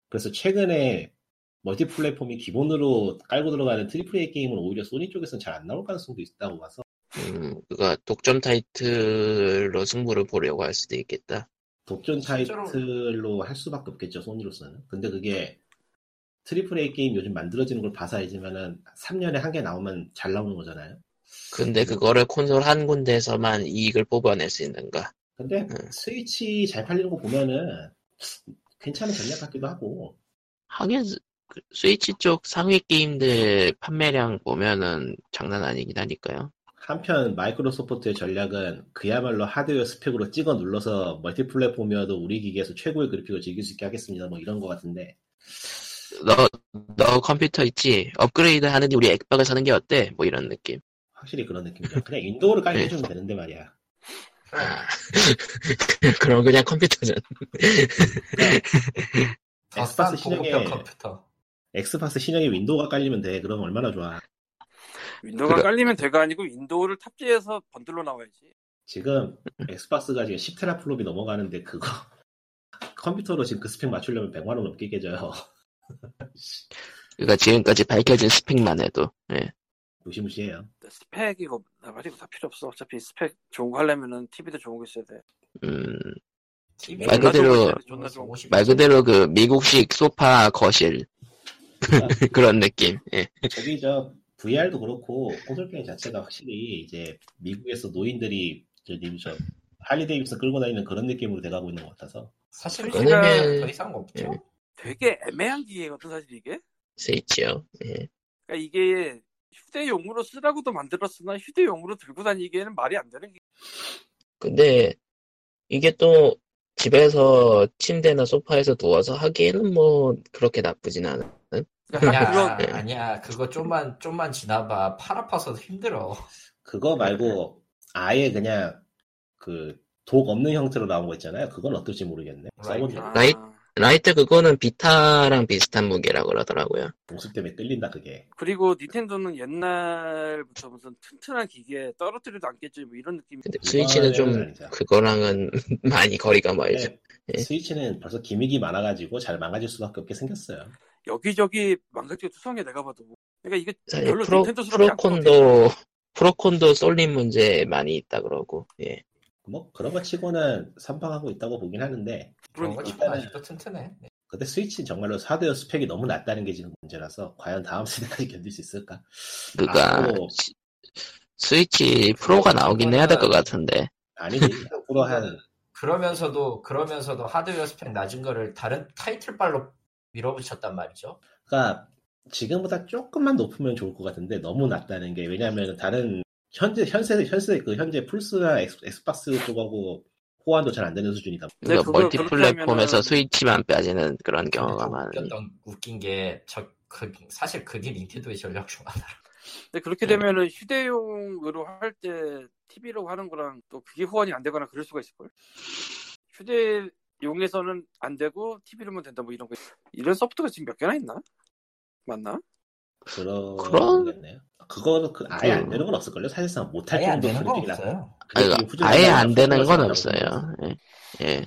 그래서 최근에 멀티플랫폼이 기본으로 깔고 들어가는 트리플 A 게임은 오히려 소니 쪽에서는 잘 안 나올 가능성도 있다고 봐서 음, 그가 독점 타이틀로 승부를 보려고 할 수도 있겠다. 독점 실제로- 타이틀로 할 수밖에 없겠죠 소니로서는. 근데 그게 트리플 A 게임 요즘 만들어지는 걸 봐서 알지만은 3년에 한 개 나오면 잘 나오는 거잖아요. 근데 그거를 콘솔 한 군데에서만 이익을 뽑아낼 수 있는가? 근데 음. 스위치 잘 팔리는 거 보면은 괜찮은 전략 같기도 하고 하긴 스- 그 스위치 쪽 상위 게임들 판매량 보면은 장난 아니긴 하니까요. 한편 마이크로소프트의 전략은 그야말로 하드웨어 스펙으로 찍어 눌러서 멀티플랫폼이어도 우리 기기에서 최고의 그래픽을 즐길 수 있게 하겠습니다. 뭐 이런 거 같은데 너, 너 컴퓨터 있지? 업그레이드 하는데 우리 액박을 사는 게 어때? 뭐 이런 느낌. 확실히 그런 느낌이죠. 그냥 인도어를 깔게 네. 해주면 되는데 말이야. 아, 그럼 그냥 컴퓨터잖아. 더싼 엑스박스 신형에- 고급형 컴퓨터 엑스박스 신형에 윈도우가 깔리면 돼. 그럼 얼마나 좋아. 윈도우가 그래. 깔리면 돼가 아니고 윈도우를 탑재해서 번들로 나와야지. 지금 음. 엑스박스가 지금 10테라 플롭이 넘어가는데 그거 컴퓨터로 지금 그 스펙 맞추려면 100만 원 넘게 깨져요. 그러니까 지금까지 밝혀진 스펙만 해도. 예. 무시무시해요. 스펙 이거 나발이고 다 필요 없어. 어차피 스펙 좋은 거 하려면은 TV도 좋은 거 있어야 돼. 음, TV 말 그대로- 존나 좋은 어, 거. 말 그대로 그 미국식 소파 거실 그런 느낌. 예. 저기 저 VR도 그렇고 콘솔 게임 자체가 확실히 이제 미국에서 노인들이 저님저 할리 데이비슨 끌고 다니는 그런 느낌으로 돼가고 있는 것 같아서 사실 그거는 우리가 이제- 더 이상 없죠 예. 되게 애매한 기계거든 사실 이게. 스위치요. 예. 그러니까 이게 휴대용으로 쓰라고도 만들었으나 휴대용으로 들고 다니기에는 말이 안 되는 게 근데 이게 또 집에서 침대나 소파에서 누워서 하기에는 뭐 그렇게 나쁘진 않은 그러니까 그런 아니야, 그건- 아니야. 그거 좀만 좀만 지나봐. 팔 아파서 힘들어. 그거 말고 아예 그냥 그 독 없는 형태로 나온 거 있잖아요. 그건 어떨지 모르겠네. 라이트. 써본 아. 나이- 라이트 그거는 비타랑 비슷한 무게라고 그러더라고요. 봉수 때문에 끌린다 그게. 그리고 닌텐도는 옛날부터 무슨 튼튼한 기계 떨어뜨려도 안 깨지 뭐 이런 느낌. 근데 스위치는 좀 이거는 아니죠. 그거랑은 많이 거리가 멀죠. 네, 예. 스위치는 벌써 기믹이 많아가지고 잘 망가질 수밖에 없게 생겼어요. 여기저기 망가지고 투성해 내가 봐도. 그러니까 이게 예, 사실 별로 프로, 닌텐도스럽지 않고 프로콘도 프로콘도 쏠림 문제 많이 있다 그러고 예. 뭐 그런 거 치고는 선방하고 있다고 보긴 하는데 그런 거 그러니까. 참 네. 아직도 튼튼해. 네. 근데 스위치는 정말로 4대어 스펙이 너무 낮다는 게 지금 문제라서 과연 다음 세대까지 견딜 수 있을까? 그가 앞으로- 시- 스위치 프로가 나오긴 해야 될 것 같은데 아니지 앞으로 한 그러면서도 그러면서도 하드웨어 스펙 낮은 거를 다른 타이틀발로 밀어붙였단 말이죠. 그러니까 지금보다 조금만 높으면 좋을 것 같은데 너무 낮다는 게 왜냐하면 다른 현재 현세 현세 그 현재 플스나 엑스, 엑스박스 쪽하고 호환도 잘 안 되는 수준이다. 근데 그거 그걸 그러니까 멀티 그렇게 플랫폼에서 하면은- 스위치만 빠지는 그런 경우가 근데 많은. 네, 좀 웃겼던 웃긴 게 저 그, 사실 그게 닌텐도의 전략 중 하나. 근데 그렇게 네. 되면은 휴대용으로 할 때 TV로 하는 거랑 또 그게 호환이 안 되거나 그럴 수가 있을 걸. 휴대용에서는 안 되고 TV로만 된다 뭐 이런 거. 이런 소프트가 지금 몇 개나 있나? 맞나? 그런 그런- 거겠네요. 그거는 그 아예 안 되는 건 없을걸요. 사실상 못할 아예 안 정도 되는 건 분위기라. 없어요. 아니, 그게 지금 후진이 아예 안 나오면 되는 건 나오고 없어요. 예. 예.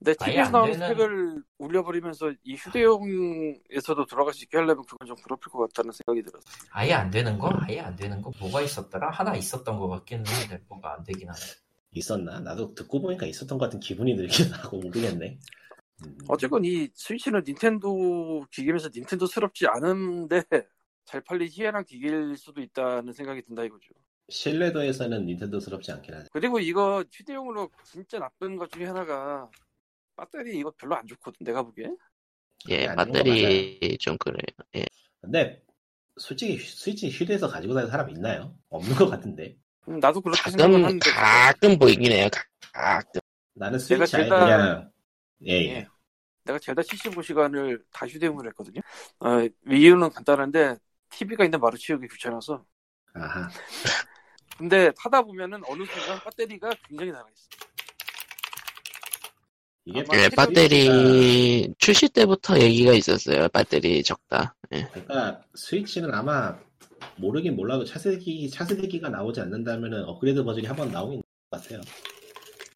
근데 아예 TV에서 안 나온 되는- 스펙을 올려버리면서 이 휴대용에서도 돌아갈 수 있게 하려면 그건 좀 괴롭힐 것 같다는 생각이 들었어. 아예 안 되는 거, 아예 안 되는 거 뭐가 있었더라? 하나 있었던 것 같기는 한데 뭐가 안 되긴 하네. 있었나? 나도 듣고 보니까 있었던 것 같은 기분이 들긴 하고 모르겠네. 음, 어쨌건 이 스위치는 닌텐도 기기면서 닌텐도스럽지 않은데 잘 팔린 희한한 기기일 수도 있다는 생각이 든다 이거죠. 신뢰도에서는 닌텐도스럽지 않긴 하죠. 그리고 이거 휴대용으로 진짜 나쁜 것 중에 하나가 배터리 이거 별로 안 좋거든 내가 보기에 예, 안 되는 거 배터리 좀 그래요. 근데 솔직히 휴- 스위치 휴대해서 가지고 다니는 사람 있나요? 없는 것 같은데. 음, 나도 그렇게 생각은 가끔, 하는데 뭐 가끔 보이긴 해요. 가끔. 나는 스위치 아예 제가- 그냥 네. 예예. 예. 내가 젤다 75시간을 다 휴대용으로 했거든요 어, 이유는 간단한데 TV가 있는 마루 치우기 귀찮아서 아하. 근데 타다 보면은 어느 순간 배터리가 굉장히 나가있어 이게 아마 예, 스위치가- 배터리 출시 때부터 얘기가 있었어요. 배터리 적다. 예, 그러니까 스위치는 아마 모르긴 몰라도 차세기 차세기가 나오지 않는다면은 업그레이드 버전이 한 번 나오긴 것 같아요.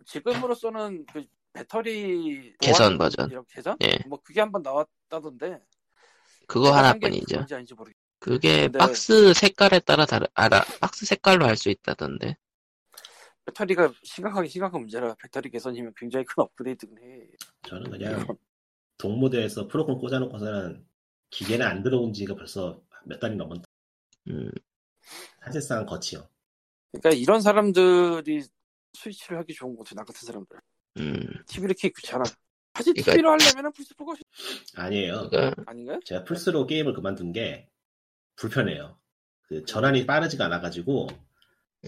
지금으로서는 그 배터리 개선 보완- 버전. 이런 개선? 예. 뭐 그게 한 번 나왔다던데 그거 한게 하나뿐이죠. 그건지 아닌지 모르겠 그게 근데- 박스 색깔에 따라 다르, 알아, 박스 색깔로 할 수 있다던데. 배터리가 심각하게 심각한 문제라 배터리 개선이면 굉장히 큰 업그레이드긴 해 저는 그냥 동무대에서 프로콘 꽂아놓고서는 기계는 안 들어온 지가 벌써 몇 달이 넘은 음, 사실상 거치요. 그러니까 이런 사람들이 스위치를 하기 좋은 것 같아, 나 같은 사람들. 음. TV를 켜기 귀찮아. 사실 그러니까- TV로 하려면 플스4가 아니에요. 그러니까 아닌가요? 제가 플스로 게임을 그만둔 게 불편해요. 그 전환이 빠르지가 않아가지고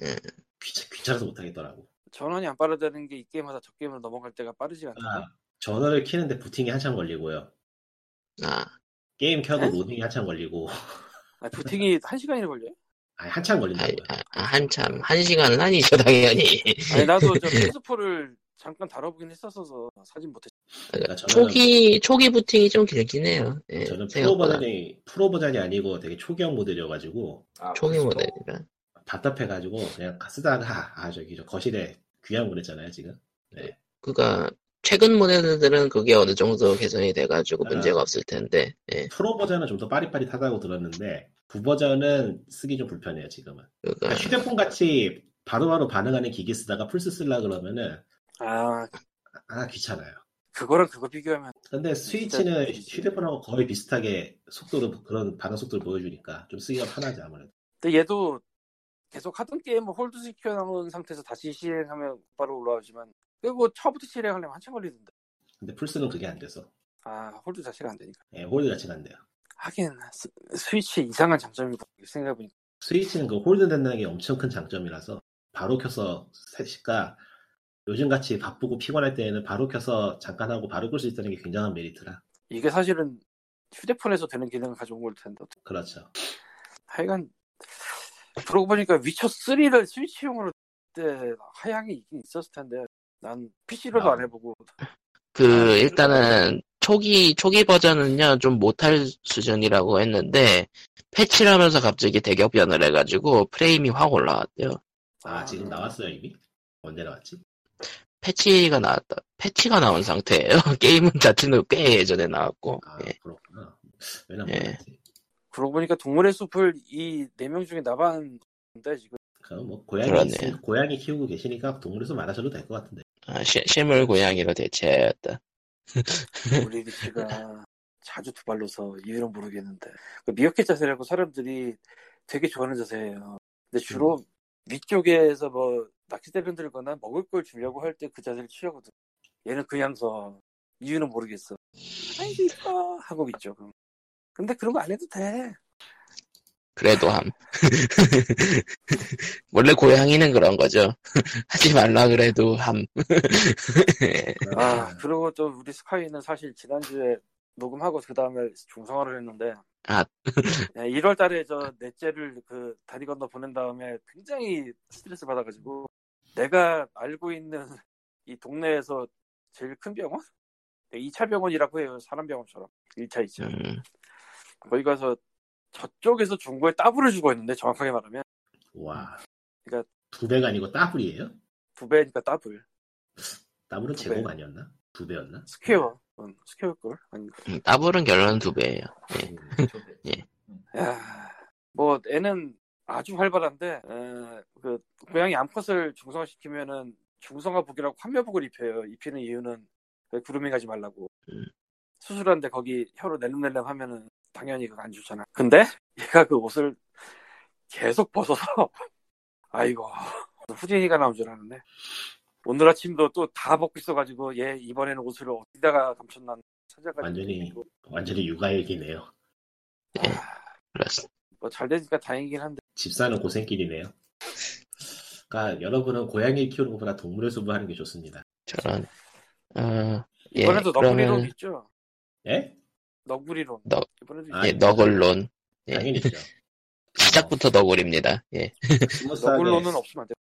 예. 귀찮, 귀찮아서 못하겠더라고. 전원이 안 빠르다는 게 이 게임마다 저 게임으로 넘어갈 때가 빠르지 않다. 아, 전원을 켜는데 부팅이 한참 걸리고요. 아, 게임 켜도 에? 로딩이 한참 걸리고 아, 부팅이 한 시간이나 걸려요? 아니 한참 아, 걸린다고요. 아, 아, 한참 한 시간은 아니죠 당연히. 아니, 나도 저 플스4를 잠깐 다뤄보긴 했었어서 사진 못했 그러니까 저는- 초기 초기 부팅이 좀 길긴 해요. 예, 저는 프로 생각보다 버전이 프로 버전이 아니고 되게 초기형 모델이어가지고 아, 초기 그래서- 모델이라. 답답해가지고 그냥 쓰다가 아 저기 저 거실에 귀향 보냈잖아요 지금. 그가 최근 모델들은 그게 어느 정도 개선이 돼가지고 아. 문제가 없을 텐데. 예, 프로 버전은 좀 더 빠릿빠릿하다고 들었는데 부 버전은 쓰기 좀 불편해요 지금은. 그가 그러니까 휴대폰 같이 바로바로 반응하는 기기 쓰다가 플스 쓰려 그러면은 아, 아 귀찮아요. 그거랑 그거 비교하면 근데 스위치는 진짜- 휴대폰하고 거의 비슷하게 속도도 그런 반응 속도를 보여주니까 좀 쓰기가 편하지 아무래도. 근데 얘도 계속 하던 게임을 뭐 홀드 시켜놓은 상태에서 다시 실행하면 바로 올라오지만 그리고 뭐 처음부터 실행하려면 한참 걸리던데. 근데 플스는 그게 안 돼서 아, 홀드 자체가 안 되니까. 예, 홀드 자체가 안 돼요. 하긴 스, 스위치 이상한 장점이 뭐 생각해보니까 스위치는 그 홀드 된다는 게 엄청 큰 장점이라서 바로 켜서 셋이가 요즘같이 바쁘고 피곤할 때에는 바로 켜서 잠깐 하고 바로 끌 수 있다는 게 굉장한 메리트라 이게 사실은 휴대폰에서 되는 기능을 가져온 걸 텐데 어떡- 그렇죠. 하여간 그러고 보니까 위쳐 3를 스위치용으로 때 하향이 있긴 있었을 텐데 난 PC로도 아. 안 해보고 그 일단은 초기 초기 버전은요 좀 못할 수준이라고 했는데 패치를 하면서 갑자기 대격변을 해가지고 프레임이 확 올라왔대요. 아, 지금 나왔어요 이미? 언제 나왔지? 패치가 나왔다. 패치가 나온 상태예요. 게임은 자체는 꽤 예전에 나왔고. 아 예. 그렇구나. 왜나 예. 몰랐지. 그러고 보니까 동물의 숲을 이 네 명 중에 나봤는데 지금 그럼 뭐 고양이 그러네. 있- 고양이 키우고 계시니까 동물에서 말하셔도 될 것 같은데. 아, 시- 실물 고양이로 대체하였다. 우리 리치가 자주 두 발로서 이유는 모르겠는데 그 미어캣 자세라고 사람들이 되게 좋아하는 자세예요. 근데 주로 위쪽에서 뭐 낚싯대 흔들거나 먹을 걸 주려고 할 때 그 자세를 취하거든. 얘는 그냥 서 이유는 모르겠어. 아이고 이뻐 하고 있죠. 그럼. 근데 그런 거 안 해도 돼. 그래도 함. 원래 고양이는 그런 거죠. 하지 말라 그래도 함. 음. 아 그리고 또 우리 스카이는 사실 지난주에 녹음하고 그 다음에 중성화를 했는데 네, 아. 1월달에 저 넷째를 그 다리 건너 보낸 다음에 굉장히 스트레스 받아가지고 내가 알고 있는 이 동네에서 제일 큰 병원 2차 병원이라고 해요 사람 병원처럼 1차 2차 음, 거기 가서 저쪽에서 중고에 따블을 주고 있는데 정확하게 말하면 와. 그러니까- 두 배가 아니고 따블이에요? 두 배니까 따블 따블은 두 제곱 배. 아니었나? 두 배였나? 스퀘어 응, 스퀘어 걸 아닌가 음, 따블은 결론 두 배예요. 아, 음, 야, 뭐 애는 아주 활발한데 에, 그 고양이 암컷을 중성화시키면은 중성화 복이라고 환멸복을 입혀요. 입히는 이유는 그 구름이 가지 말라고. 음. 수술하는데 거기 혀로 낼름낼름 하면은 당연히 그거 안 좋잖아. 근데 얘가 그 옷을 계속 벗어서 아이고 후진이가 나온 줄 알았네. 오늘 아침도 또 다 벗고 있어가지고 얘 이번에는 옷을 어디다가 감췄나 찾아가지고 완전히 완전히 육아일기네요. 그렇습니다. 뭐잘 되니까 다행이긴 한데. 집사는 고생길이네요. 그러니까 여러분은 고양이 키우는 것보다 동물의 숲을 하는 게 좋습니다. 저런. 어, 예, 이번에도 너구리론 그러면- 있죠? 예? 너구리론. 너- 이번에도 아, 예, 있죠. 너걸론. 예. 당연히죠. 시작부터 너구리입니다. 예. 어, 스무스하게, 너구리론은 없으면 안 돼.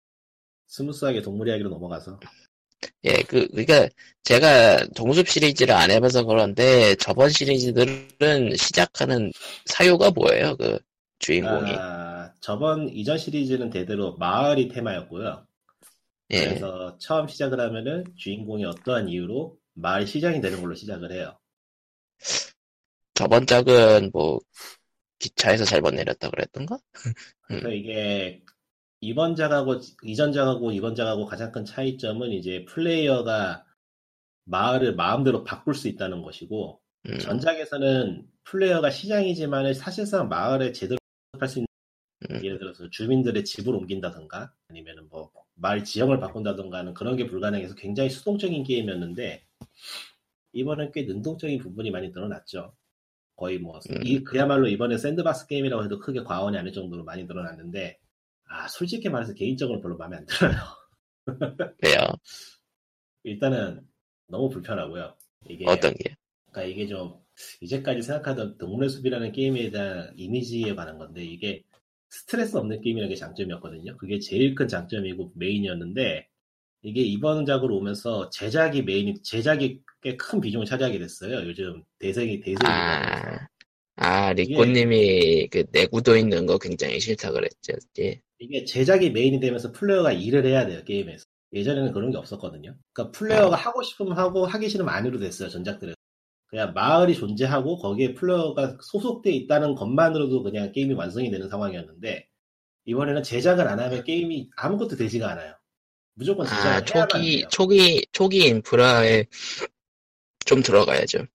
스무스하게 동물 이야기로 넘어가서 예, 그, 그니까, 제가 동숲 시리즈를 안 해봐서 그런데, 저번 시리즈들은 시작하는 사유가 뭐예요, 그, 주인공이. 아, 저번 이전 시리즈는 대대로 마을이 테마였고요. 네. 예, 그래서 처음 시작을 하면은 주인공이 어떠한 이유로 마을 시장이 되는 걸로 시작을 해요. 음. 저번 작은, 뭐, 기차에서 잘못 내렸다 그랬던가? 그래서 이게 이번 작하고 이전 작하고 이번 작하고 가장 큰 차이점은 이제 플레이어가 마을을 마음대로 바꿀 수 있다는 것이고 음, 전작에서는 플레이어가 시장이지만 사실상 마을에 제대로 할수 있는 음. 예를 들어서 주민들의 집을 옮긴다던가 아니면 뭐 마을 지형을 바꾼다던가 하는 그런 게 불가능해서 굉장히 수동적인 게임이었는데 이번엔 꽤 능동적인 부분이 많이 늘어났죠. 거의 뭐 음. 이- 그야말로 이번에 샌드박스 게임이라고 해도 크게 과언이 아닐 정도로 많이 늘어났는데 아 솔직히 말해서 개인적으로 별로 마음에 안 들어요. 그래요. 일단은 너무 불편하고요. 이게 어떤 게. 그러니까 이게 좀 이제까지 생각하던 동물의 숲이라는 게임에 대한 이미지에 관한 건데 이게 스트레스 없는 게임이라는 게 장점이었거든요. 그게 제일 큰 장점이고 메인이었는데 이게 이번 작으로 오면서 제작이 메인 제작이 꽤 큰 비중을 차지하게 됐어요. 요즘 대세기 대세기 아, 아, 리꼬님이 그, 내구도 있는 거 굉장히 싫다 그랬죠. 예. 이게 제작이 메인이 되면서 플레이어가 일을 해야 돼요 게임에서. 예전에는 그런 게 없었거든요. 그러니까 아. 플레이어가 하고 싶으면 하고 하기 싫으면 안 해도 됐어요 전작들은. 그냥 마을이 존재하고 거기에 플레이어가 소속돼 있다는 것만으로도 그냥 게임이 완성이 되는 상황이었는데 이번에는 제작을 안 하면 게임이 아무것도 되지가 않아요. 무조건 제작을 아, 해야만 초기, 돼요. 초기, 초기 인프라에 좀 들어가야죠.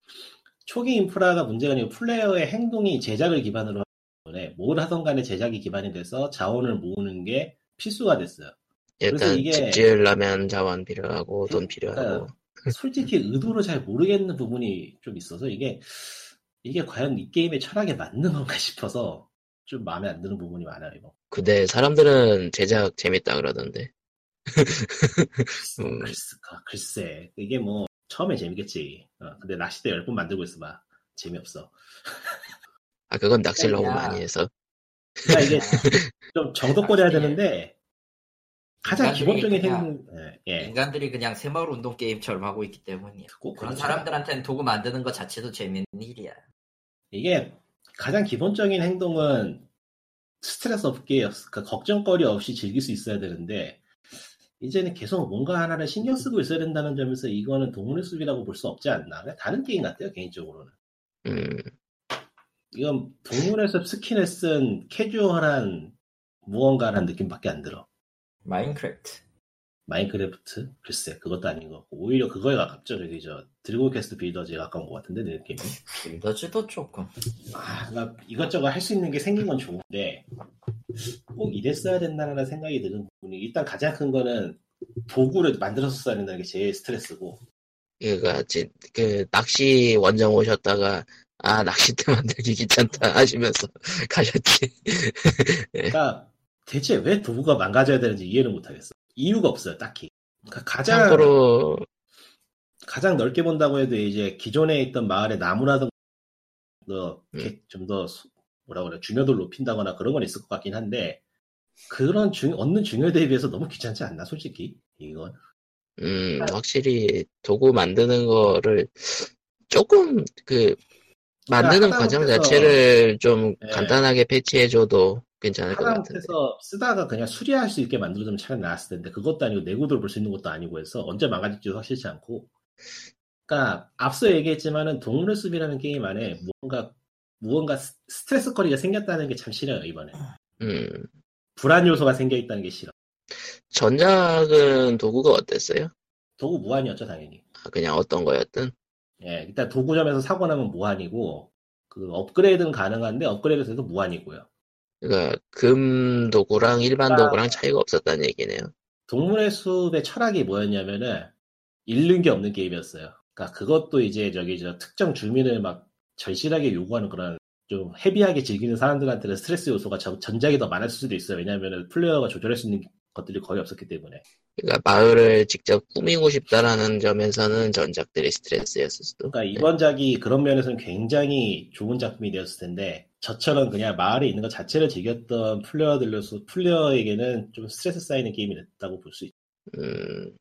초기 인프라가 문제가 아니고 플레이어의 행동이 제작을 기반으로 하기 때문에 뭘 하던 간에 제작이 기반이 돼서 자원을 모으는 게 필수가 됐어요. 그래서 일단 이게- 그 집 지으려면 자원 필요하고 돈 필요하고 그러니까 솔직히 의도를 잘 모르겠는 부분이 좀 있어서 이게 이게 과연 이 게임의 철학에 맞는 건가 싶어서 좀 마음에 안 드는 부분이 많아요. 이거. 근데 사람들은 제작 재밌다 그러던데 음. 음. 아, 글쎄, 글쎄. 이게 뭐 처음에 재밌겠지. 어, 근데 낚싯대 열 번 만들고 있어봐. 재미없어. 아 그건 낚시를 너무 야. 많이 해서 그러니까 이게 그렇죠. 좀 정독거려야 되는데 가장 아, 인간들이 기본적인 그냥 행 예, 네. 예. 인간들이 그냥 새마을 운동 게임처럼 하고 있기 때문이야. 꼭 어, 그렇죠. 그런 그렇지. 사람들한테는 도구 만드는 것 자체도 재밌는 일이야. 이게 가장 기본적인 행동은 스트레스 없게 그러니까 걱정거리 없이 즐길 수 있어야 되는데 이제는 계속 뭔가 하나를 신경 쓰고 있어야 된다는 점에서 이거는 동물의 숲이라고 볼 수 없지 않나 다른 게임 같아요 개인적으로는 음 이건 동물의 숲 스킨을 쓴 캐주얼한 무언가라는 느낌밖에 안 들어 마인크래프트. 마인크래프트 글쎄 그것도 아닌 것 같고 오히려 그거에 가깝죠 저기 저 드래곤 퀘스트 빌더즈에 가까운 것 같은데 내 느낌이 빌더즈도 조금. 아, 그러니까 이것저것 할 수 있는 게 생긴 건 좋은데 꼭 이랬어야 된다는 생각이 드는 부분이 일단 가장 큰 거는 도구를 만들어서 써야 된다는 게 제일 스트레스고 그니까 그 낚시 원정 오셨다가 아 낚싯대 만들기 귀찮다 하시면서 네. 가셨지 네. 그러니까 대체 왜 도구가 망가져야 되는지 이해를 못하겠어 이유가 없어요 딱히 그러니까 가장 참고로 가장 넓게 본다고 해도 이제 기존에 있던 마을의 나무라든가 음. 좀더 뭐라 그래 중요도를 높인다거나 그런 건 있을 것 같긴 한데 그런 중 얻는 중요도에 비해서 너무 귀찮지 않나 솔직히 이건 음 네. 확실히 도구 만드는 거를 조금 그 만드는 그러니까 과정 하다못해서- 자체를 좀 네. 간단하게 패치해줘도 괜찮을 것 같은데 하다못해서 쓰다가 그냥 수리할 수 있게 만들어주면 차라리 나았을 텐데 그것도 아니고 내구도를 볼 수 있는 것도 아니고 해서 언제 망가질지도 확실치 않고 그러니까 앞서 얘기했지만은 동물의 숲이라는 게임 안에 무언가 무언가 스- 스트레스거리가 생겼다는 게 참 싫어요 이번에 음 불안 요소가 생겨있다는 게 싫어 전작은 도구가 어땠어요? 도구 무한이었죠 당연히 아, 그냥 어떤 거였든 예 일단 도구점에서 사고 나면 무한이고 그 업그레이드는 가능한데 업그레이드 돼도 무한이고요 그러니까 금 도구랑 일반 그러니까- 도구랑 차이가 없었다는 얘기네요 동물의 숲의 철학이 뭐였냐면은 잃는 게 없는 게임이었어요. 그러니까 그것도 이제 저기 저 특정 주민을 막 절실하게 요구하는 그런 좀 헤비하게 즐기는 사람들한테는 스트레스 요소가 전, 작이더 많을 수도 있어요. 왜냐면은 플레이어가 조절할 수 있는 것들이 거의 없었기 때문에. 그러니까 마을을 직접 꾸미고 싶다라는 점에서는 전작들이 스트레스였을 수도. 그러니까 이번 작이 그런 면에서는 굉장히 좋은 작품이 되었을 텐데 저처럼 그냥 마을에 있는 것 자체를 즐겼던 플레이어들로서 플레이어에게는 좀 스트레스 쌓이는 게임이 됐다고 볼 수 있죠. 음,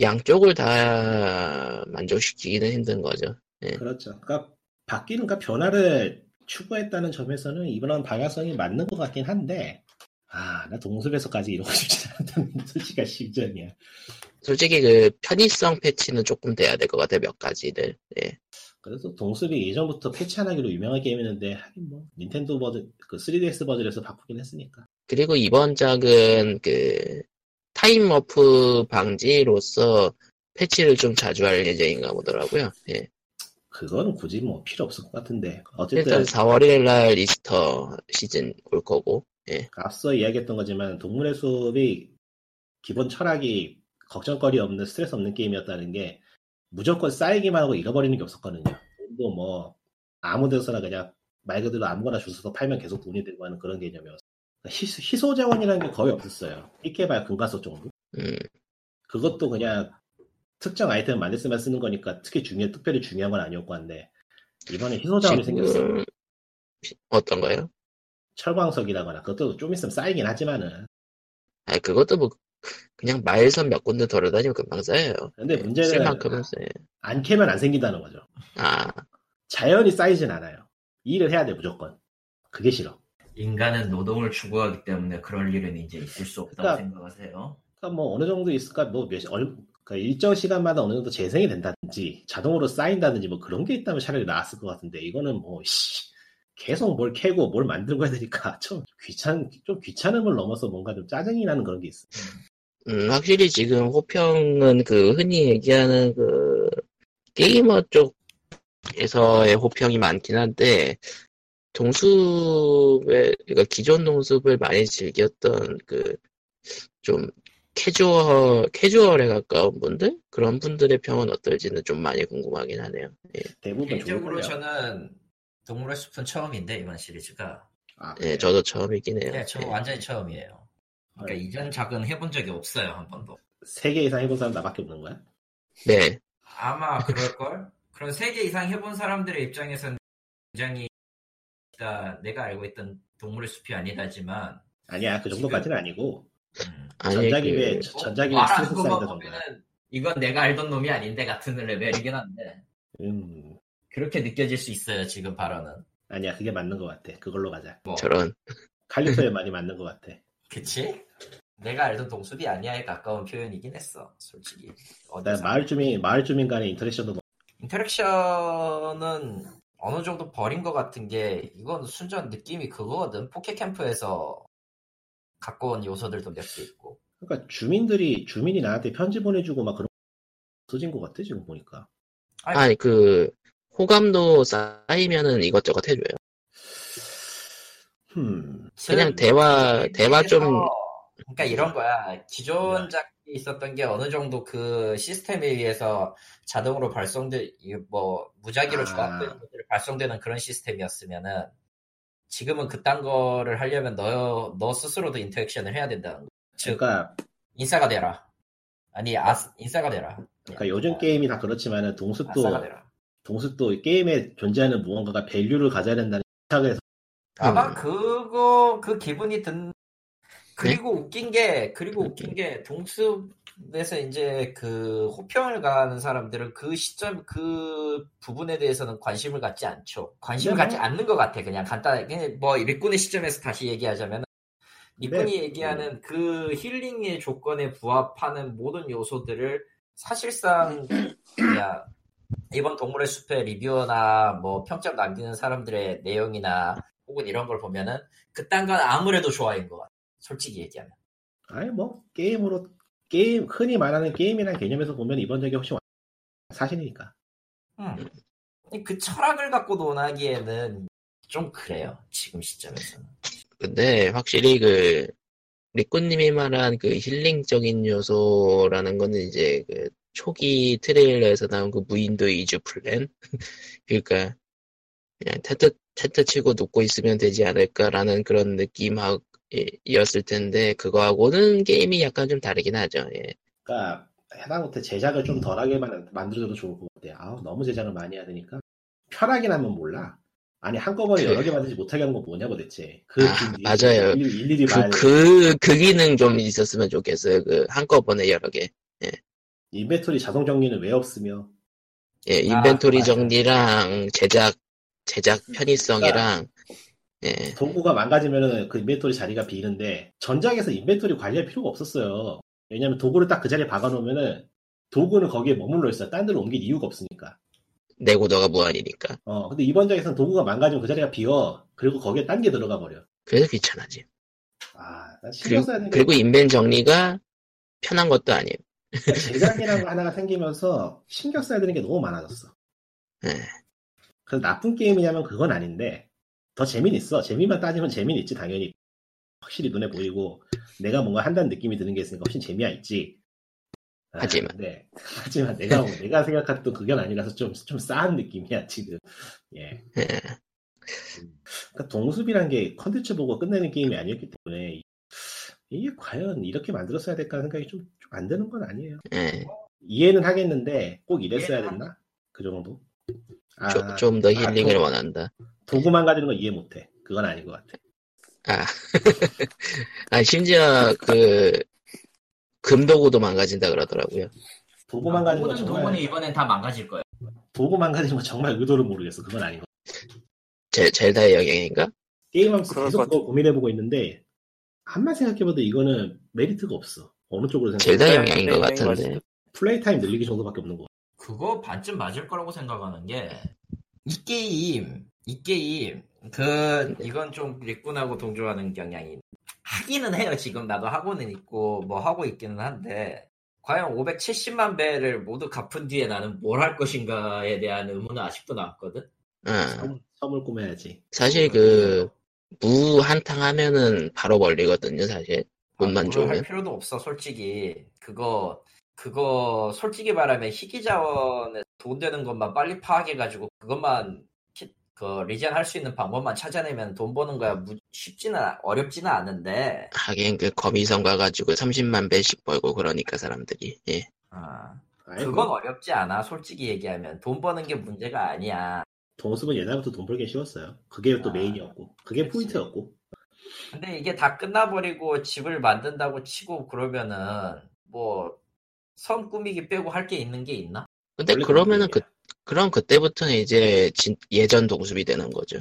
양쪽을 다 만족시키기는 힘든 거죠. 그렇죠. 그러니까 바뀌는 그러니까 변화를 추구했다는 점에서는 이번 방향성이 맞는 것 같긴 한데 아, 나 동숲에서까지 이러고 싶지 않다는 게 솔직한 심정이야. 솔직히 그 편의성 패치는 조금 돼야 될 것 같아요. 몇 가지를. 예. 그래서 동숲이 예전부터 패치하기로 유명한 게임이었는데 하긴 뭐 닌텐도 버전 그 3DS 버전에서 바꾸긴 했으니까. 그리고 이번 작은 그 타임워프 방지로서 패치를 좀 자주 할 예정인가 보더라고요. 예. 그거는 굳이 뭐 필요 없을 것 같은데 일단 어쨌든 4월 1일 날 이스터 시즌 올 거고. 앞서 이야기했던 거지만 동물의 숲이 기본 철학이 걱정거리 없는 스트레스 없는 게임이었다는 게 무조건 쌓이기만 하고 잃어버리는 게 없었거든요. 돈도 뭐 아무 데서나 그냥 말 그대로 아무거나 주워서 팔면 계속 돈이 되고 하는 그런 개념이었어요. 그러니까 희- 희소 자원이라는 게 거의 없었어요. 이케바야 금가소 정도. 음, 그것도 그냥 특정 아이템 만들 때만 쓰는 거니까 특히 중요 특별히 중요한 건 아니었고 한데 이번에 희소 자원이 생겼어요. 지금 어떤가요? 철광석이라거나 그것도 좀 있으면 쌓이긴 하지만은 아 그것도 뭐 그냥 마일선 몇 군데 돌아다니면 금방 쌓여요. 근데 문제는 쓸 만큼은 써요. 안 캐면 안 생긴다는 거죠. 아 자연이 쌓이진 않아요. 일을 해야 돼 무조건. 그게 싫어. 인간은 노동을 추구하기 때문에 그럴 일은 이제 있을 수 없다고 그러니까- 생각하세요. 그러니까 뭐 어느 정도 있을까 뭐몇 얼, 그러니까 일정 시간마다 어느 정도 재생이 된다든지 자동으로 쌓인다든지 뭐 그런 게 있다면 차라리 나았을 것 같은데 이거는 뭐 씨, 계속 뭘 캐고 뭘 만들고 해야 되니까 좀 귀찮 좀 귀찮음을 넘어서 뭔가 좀 짜증이 나는 그런 게 있어. 음, 확실히 지금 호평은 그 흔히 얘기하는 그 게이머 쪽에서의 호평이 많긴 한데 동숲의 그러니까 기존 동숲을 많이 즐겼던 그 좀 캐주얼 캐주얼에 가까운 분들 그런 분들의 평은 어떨지는 좀 많이 궁금하긴 하네요. 예, 대부분 좋을 개인적으로 거예요. 저는 동물의 숲은 처음인데 이번 시리즈가 아, 예, 그래요? 저도 처음이긴 해요. 네, 저 예. 완전히 처음이에요. 그러니까 네. 이전 작은 해본 적이 없어요 한 번도. 세개 이상 해본 사람 나밖에 없는 거야? 네. 아마 그럴 걸. 그런 세 개 이상 해본 사람들의 입장에서는 굉장히 일단 내가 알고 있던 동물의 숲이 아니다지만 아니야 그 정도까지는 아니고 음, 아니 전자기에 그, 전자기에 뭐 말하는 스트레스 것만 쌓인다던가 보면은 이건 내가 알던 놈이 아닌데 같은 레벨이긴 한데 음 그렇게 느껴질 수 있어요 지금 발언은 아니야 그게 맞는 것 같아 그걸로 가자 뭐 저런 칼리토에 많이 맞는 것 같아 그치? 내가 알던 동숲이 아니야에 가까운 표현이긴 했어 솔직히 일단 어디서 네, 마을 주민 마을 주민 간의 인터랙션도 뭐- 인터랙션은 어느 정도 버린 것 같은 게 이건 순전 느낌이 그거거든 포켓 캠프에서 갖고 온 요소들도 몇 개 있고 그러니까 주민들이 주민이 나한테 편지 보내주고 막 그런 없어진 것 같아 지금 보니까 아니 그 호감도 쌓이면은 이것저것 해줘요. 음 그냥 대화 대화 좀 그러니까 이런 거야. 음. 기존 작이 있었던 게 어느 정도 그 시스템에 의해서 자동으로 발송돼 이뭐 무작위로 아. 조합되는 것들이 발송되는 그런 시스템이었으면은 지금은 그딴 거를 하려면 너, 너 스스로도 인터액션을 해야 된다는 거. 즉 그러니까 인싸가 되라. 아니 아 인싸가 되라. 예. 아, 그러니까 요즘 게임이 다 그렇지만은 동숲도 아싸가 되라. 동숲도 게임에 존재하는 무언가가 밸류를 가져야 된다는 생각에서 아마 음. 그거 그 기분이 든 그리고 웃긴 게 그리고 웃긴 게 동숲에서 이제 그 호평을 가하는 사람들은 그 시점 그 부분에 대해서는 관심을 갖지 않죠. 관심을 네, 갖지 뭐. 않는 것 같아. 그냥 간단하게 뭐 리꾼의 시점에서 다시 얘기하자면 리꾼이 네. 얘기하는 그 힐링의 조건에 부합하는 모든 요소들을 사실상 그냥 이번 동물의 숲의 리뷰나 뭐 평점 남기는 사람들의 내용이나 혹은 이런 걸 보면은 그딴 건 아무래도 좋아인 것 같아. 솔직히 얘기하면. 아니 뭐 게임으로 게임 흔히 말하는 게임이란 개념에서 보면 이번 적이 훨씬 완- 사실이니까 그 철학을 갖고 논하기에는 좀 그래요. 지금 시점에서는. 근데 확실히 그 리꾸님이 말한 그 힐링적인 요소라는 거는 이제 그 초기 트레일러에서 나온 그 무인도 이주 플랜 그러니까 그냥 텐트 텐트 치고 눕고 있으면 되지 않을까라는 그런 느낌이었을 텐데 그거하고는 게임이 약간 좀 다르긴 하죠. 예. 그러니까 해당부터 제작을 좀 덜하게 만- 만들어줘도 좋을 것 같아요 아 너무 제작을 많이 해야 되니까 편하긴 하면 몰라 아니 한꺼번에 그- 여러 개 만들지 못하게 하는 건 뭐냐고 대체 그 아, 일- 맞아요. 일일이, 일일이 그 봐야 그 돼. 그 기능 좀 있었으면 좋겠어요. 그 한꺼번에 여러 개. 인벤토리 자동 정리는 왜 없으며 예, 아, 인벤토리 맞아요. 정리랑 제작 제작 편의성이랑 예. 도구가 망가지면은 그 인벤토리 자리가 비는데 전작에서 인벤토리 관리할 필요가 없었어요. 왜냐면 도구를 딱 그 자리에 박아놓으면은 도구는 거기에 머물러 있어요. 딴 데로 옮길 이유가 없으니까. 내구도가 무한이니까. 어, 근데 이번 작에서는 도구가 망가지면 그 자리가 비어. 그리고 거기에 딴 게 들어가 버려. 그래서 귀찮아지. 아, 난 신경 그리고, 써야 되는 게 그리고 인벤 정리가 편한 것도 아니에요. 제작이라는 거 하나가 생기면서 신경 써야 되는 게 너무 많아졌어. 네. 그래서 나쁜 게임이냐면 그건 아닌데 더 재미는 있어. 재미만 따지면 재미는 있지 당연히. 확실히 눈에 보이고 내가 뭔가 한다는 느낌이 드는 게 있으니까 훨씬 재미야 있지. 아, 하지만. 근데, 하지만 내가 내가 생각했던 그건 아니라서 좀 좀 싸한 느낌이야 지금. 예. 예. 그러니까 동숲이란 게 컨텐츠 보고 끝내는 게임이 아니었기 때문에 이게 과연 이렇게 만들었어야 될까 생각이 좀 안 드는 건 아니에요. 예. 이해는 하겠는데 꼭 이랬어야 이해는 됐나? 그 정도? 아, 좀 더 힐링을 도- 원한다. 도구만 가지는 건 이해 못해. 그건 아닌 것 같아. 아. 아, 심지어 그 금도구도 망가진다 그러더라고요. 아, 도구만 가지는 건 아, 모든 네. 정말 동원이 이번엔 다 망가질 거야. 도구만 가지는 건 정말 의도를 모르겠어. 그건 아닌 것 같아. 제, 젤다의 영향인가? 게임하면서 그럴 계속 것 그걸 고민해보고 있는데 한만 생각해봐도 이거는 메리트가 없어. 어느 쪽으로 생각해? 젤다의 젤다의 영향인 것 영향인 것 같은데. 같습니다. 플레이 타임 늘리기 정도밖에 없는 것 같아. 그거 반쯤 맞을 거라고 생각하는 게 이 게임 이 게임 그 이건 좀 리꾼하고 동조하는 경향이 하기는 해요 지금 나도 하고는 있고 뭐 하고 있기는 한데 과연 570만 배를 모두 갚은 뒤에 나는 뭘 할 것인가에 대한 의문은 아직도 남거든 어. 섬- 섬을 꾸며야지. 사실 그 무 한탕 하면은 바로 벌리거든요, 사실. 아, 운만 물을 할 좋으면. 필요도 없어 솔직히 그거 그거 솔직히 말하면 희귀자원에 돈 되는 것만 빨리 파악해가지고 그것만 키- 그 리젠 할 수 있는 방법만 찾아내면 돈 버는 거야 무- 쉽지는 않- 어렵지는 않은데 하긴 그 거미선 가가지고 30만 배씩 벌고 그러니까 사람들이. 예. 아, 아이, 그건 어렵지 않아. 솔직히 얘기하면 돈 버는 게 문제가 아니야. 돈습은 옛날부터 돈 벌기 쉬웠어요. 그게 또 아, 메인이었고, 그게 그치. 포인트였고. 근데 이게 다 끝나버리고 집을 만든다고 치고 그러면은 뭐 섬 꾸미기 빼고 할 게 있는 게 있나? 근데 원래 그러면은 그 그럼 그런 그때부터는 이제 진- 예전 동숲이 되는 거죠.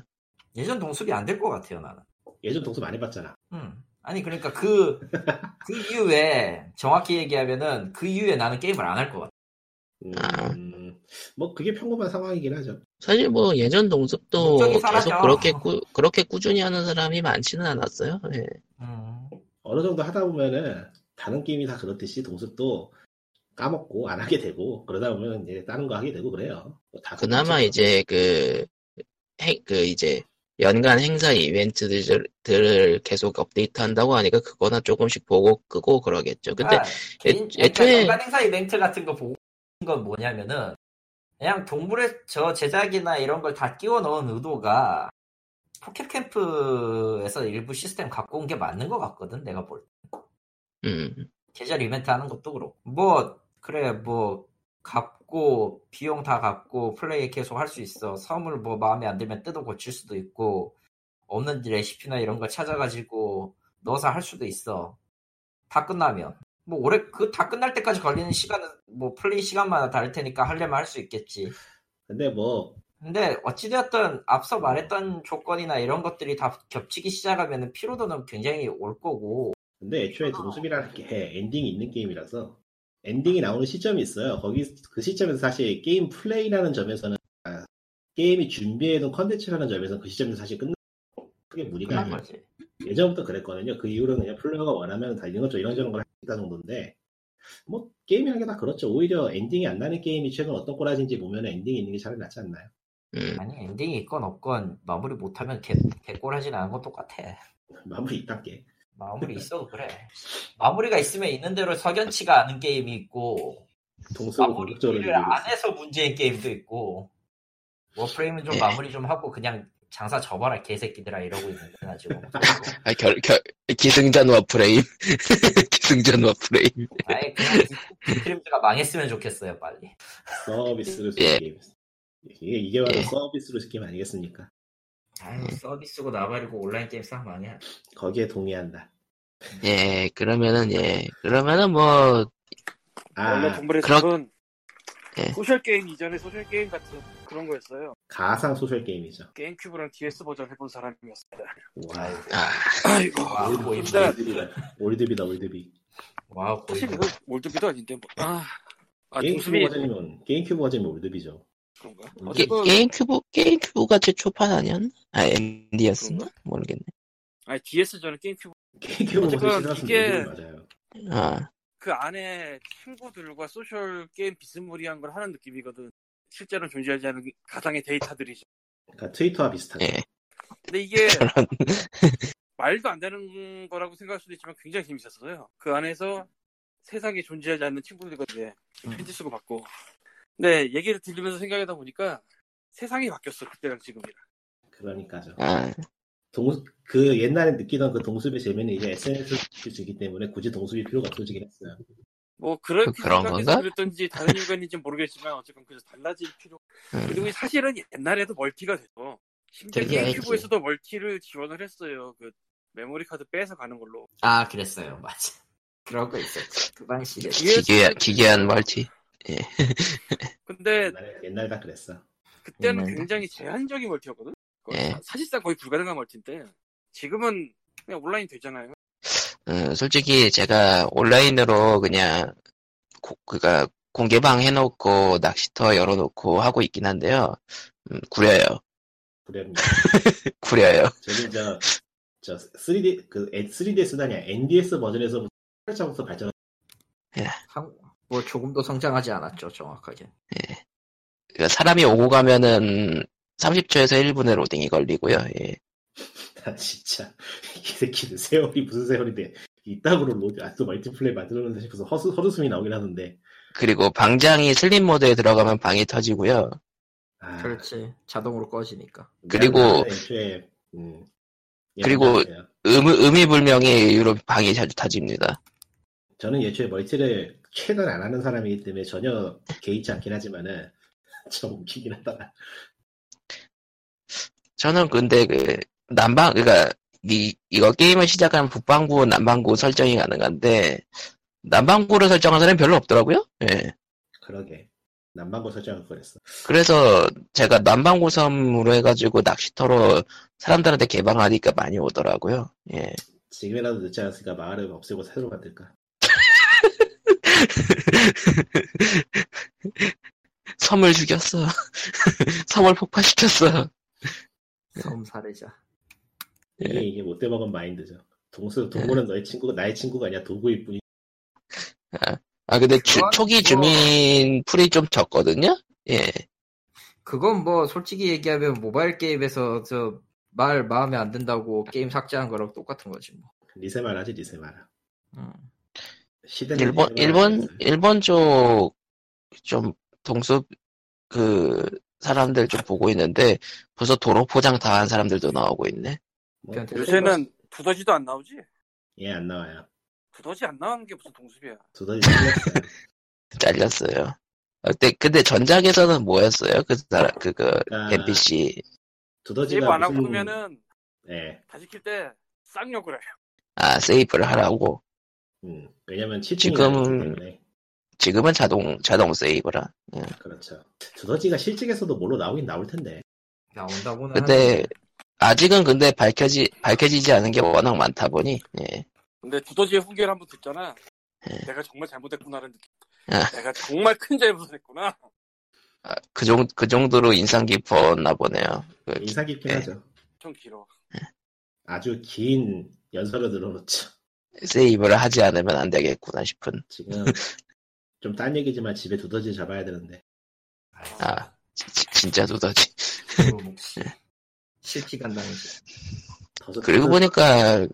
예전 동숲이 안 될 것 같아요 나는. 게임이야. 예전 동수 많이 봤잖아. 음. 아니 그러니까 그, 그 이후에 정확히 얘기하면은 그 이후에 나는 게임을 안 할 것 같아. 음, 아. 음, 뭐 그게 평범한 상황이긴 하죠. 사실 뭐 예전 동숲도 목적이 계속 사라져. 그렇게 꾸, 그렇게 꾸준히 하는 사람이 많지는 않았어요. 예. 음. 어느 정도 하다 보면은 다른 게임이 다 그렇듯이 동습도 까먹고 안 하게 되고 그러다 보면 이제 다른 거 하게 되고 그래요. 뭐다 그나마 똑같이. 이제 그, 행, 그 이제 연간 행사 이벤트들을 계속 업데이트 한다고 하니까 그거나 조금씩 보고 끄고 그러겠죠. 근데 그러니까 개인, 애- 애초에- 연간 행사 이벤트 같은 거 보고 있는 건 뭐냐면은 그냥 동물의 저 제작이나 이런 걸 다 끼워 넣은 의도가 포켓캠프에서 일부 시스템 갖고 온 게 맞는 것 같거든 내가 볼 때. 음, 계절 이벤트 하는 것도 그렇고 뭐 그래 뭐 갚고 비용 다 갚고 플레이 계속 할 수 있어 섬을 뭐 마음에 안 들면 뜯어 고칠 수도 있고 없는 레시피나 이런 거 찾아가지고 넣어서 할 수도 있어 다 끝나면 뭐 올해 그 다 끝날 때까지 걸리는 시간은 뭐 플레이 시간마다 다를 테니까 하려면 할 수 있겠지 근데 뭐 근데 어찌되었든 앞서 말했던 조건이나 이런 것들이 다 겹치기 시작하면 피로도는 굉장히 올 거고 근데 애초에 동숲이라는 게 엔딩이 있는 게임이라서 엔딩이 나오는 시점이 있어요. 거기 그 시점에서 사실 게임 플레이라는 점에서는 아, 게임이 준비해둔 컨텐츠라는 점에서는 그 시점에서 사실 끝나 크게 무리가 그런 아니에요. 거지 예전부터 그랬거든요. 그 이후로는 그냥 플레이어가 원하면 다 이런 것좀 이런저런 걸 할 수 있다 정도인데 뭐 게임이라는 게 다 그렇죠. 오히려 엔딩이 안 나는 게임이 최근 어떤 꼬라지인지 보면 엔딩이 있는 게 차라리 낫지 않나요? 음. 아니 엔딩이 있건 없건 마무리 못하면 개, 개꼴하진 않은 건 똑같아 마무리 이딴 게. 마무리 있어도 그래 마무리가 있으면 있는 대로 석연치가 않은 게임이 있고 아, 동숲을 공격적으로 마무리를 늘리고 안 있어요. 해서 문제인 게임도 있고 워프레임은 좀 예. 마무리 좀 하고 그냥 장사 접어라 개새끼들아 이러고 있는 거야 지금 아, 결, 결, 기승전 워프레임. 기승전 워프레임. 아예 그냥 디크림즈가 망했으면 좋겠어요 빨리 서비스를 예. 쓰는 게임. 이게, 이게 바로 예. 서비스로 시키면 아니겠습니까? 아유 서비스고 나발이고 온라인 게임 싹 망해 거기에 동의한다. 예, 그러면은, 예. 그러면은 뭐, 원래 아, 동물의 그렇- 숲은 예. 소셜 게임 이전에 소셜 게임 같은 그런 거였어요. 가상 소셜 게임이죠. 게임큐브랑 DS 버전 해본 사람이었어요. 와, 아이고 아, 아이고. 와 근데 고임 올드비다, 올드비. 뭐. 와 고임 사실 그거 올드비도 아닌데 뭐. 아, 아 게임큐브 동숲이 버전이면, 게임큐브 버전이면 올드비죠. 그런가? 음. 게, 뭐 어쨌건 게임큐브, 게임큐브가 제 초판 아니었나? 아, 엔디였었나? 모르겠네. 아니 DS 전에 게임큐브 게임큐브 버전이 어쨌건 싫어서 이게- 올드비 맞아요. 아, 그 안에 친구들과 소셜 게임 비스무리한 걸 하는 느낌이거든. 실제로 존재하지 않은 가상의 데이터들이죠. 그러니까 트위터와 비슷하죠. 예. 근데 이게 그런. 말도 안 되는 거라고 생각할 수도 있지만 굉장히 재밌었어요. 그 안에서 세상에 존재하지 않는 친구들과 이제 음. 편지 쓰고 받고. 근데 얘기를 들으면서 생각하다 보니까 세상이 바뀌었어 그때랑 지금이랑. 그러니까죠. 아, 동, 그 옛날에 느끼던 그 동숲의 재미는 이제 SNS로 주기 때문에 굳이 동숲이 필요가 없어지긴 했어요. 뭐 그렇게 그- 그런 생각해서 건가? 그랬던지 다른 인간인지 모르겠지만 어쨌건 그래서 달라질 필요. 음. 그리고 사실은 옛날에도 멀티가 돼서 심지어 되게 게임큐브에서도 멀티를 지원을 했어요. 그 메모리 카드 빼서 가는 걸로. 아 그랬어요 맞아 그런 거 있었지 그 예, 방식에 기괴한, 기괴한 멀티. 네. 근데 옛날에, 옛날에 다 그랬어. 그때는 네. 옛날에. 굉장히 제한적인 멀티였거든. 그거 예. 사- 사실상 거의 불가능한 멀티인데 지금은 그냥 온라인 되잖아요. 음, 솔직히 제가 온라인으로 그냥 고, 그니까 공개방 해놓고 낚시터 열어놓고 하고 있긴 한데요. 음, 구려요, 그래입니다. 구려요. 저기 저, 저 3D, 그 3DS도 아니야. NDS 버전에서부터 살짝부터 발전 참, 뭐 조금도 성장하지 않았죠 정확하게 그러니까 사람이 오고 가면은 30초에서 1분의 로딩이 걸리고요. 예. 아, 진짜 이 새끼들 세월이 무슨 세월인데 이따구로 로드 아또 멀티플레이 만들어놓는다 싶어서 허수, 허드숨이 나오긴 하는데 그리고 방장이 슬림 모드에 들어가면 방이 터지고요. 아, 그렇지 자동으로 꺼지니까 그리고- 애초에 음, 예, 그리고- 맞아요. 음, 의미, 의미불명의 이유로 방이 자주 터집니다. 저는 애초에 멀티를 최근 안 하는 사람이기 때문에 전혀 개의치 않긴 하지만은 좀 웃기긴 하다. 저는 근데 그 난방 그러니까 이 이거 게임을 시작하면 북방구 남방구 설정이 가능한데 남방구를 설정한 사람이 별로 없더라고요. 예. 그러게. 남방구 설정을 그랬어. 그래서 제가 남방구 섬으로 해가지고 낚시터로 사람들한테 개방하니까 많이 오더라고요. 예. 지금이라도 늦지 않았으니까 마을을 없애고 새로 만들까. 섬을 죽였어. 섬을 폭파시켰어. 네. 섬 사례자. 이게 이게 못돼 먹은 마인드죠. 동수 동물은 너의 친구가 나의 친구가 아니야 도구일 뿐이. 아 근데 주- 그건 초기 뭐- 주민 풀이 좀 적거든요. 예. 그건 뭐 솔직히 얘기하면 모바일 게임에서 저 말 마음에 안 든다고 게임 삭제한 거랑 똑같은 거지 뭐. 리세 말하지 리세 말아. 음. 시대는 일본 리세 말하지 일본 않았어요. 일본 쪽 좀 동숲 그 사람들 좀 보고 있는데 벌써 도로 포장 다 한 사람들도 나오고 있네. 뭐, 예, 그냥 대충 요새는 두더지도 안 나오지? 얘안 나와요. 두더지 안 나오는 게 무슨 동숲이야? 두더지 틀렸어요. 잘렸어요. 근데 근데 전작에서는 뭐였어요? 그 사람 그거 그러니까 NPC 세이브 두더지가 안 하고 무슨- 그러면은 예. 다시 킬때 쌍욕을 해. 아 세이브를 하라고 음. 왜냐면 치팅이 지금은- 나왔기 때문에. 지금은 자동 자동 세이브라. 예. 그렇죠. 두더지가 실직에서도 뭘로 나오긴 나올 텐데. 나온다고는 근데 아직은 근데 밝혀지 밝혀지지 않은 게 워낙 많다 보니 예. 근데 두더지의 훈계를 한번 듣잖아. 네. 예. 내가 정말 잘못했구나라는 느낌. 아. 내가 정말 큰 잘못을 했구나. 아, 그, 정, 그 정도로 인상 깊었나 보네요. 그- 인상 깊긴 예. 하죠. 엄청 길어. 아주 긴 연설을 늘어놓죠. 세이브를 하지 않으면 안 되겠구나 싶은 지금 좀 딴 얘기지만 집에 두더지 잡아야 되는데. 아 지- 진짜 두더지 아, 실패간 당시. 더서- 그리고 보니까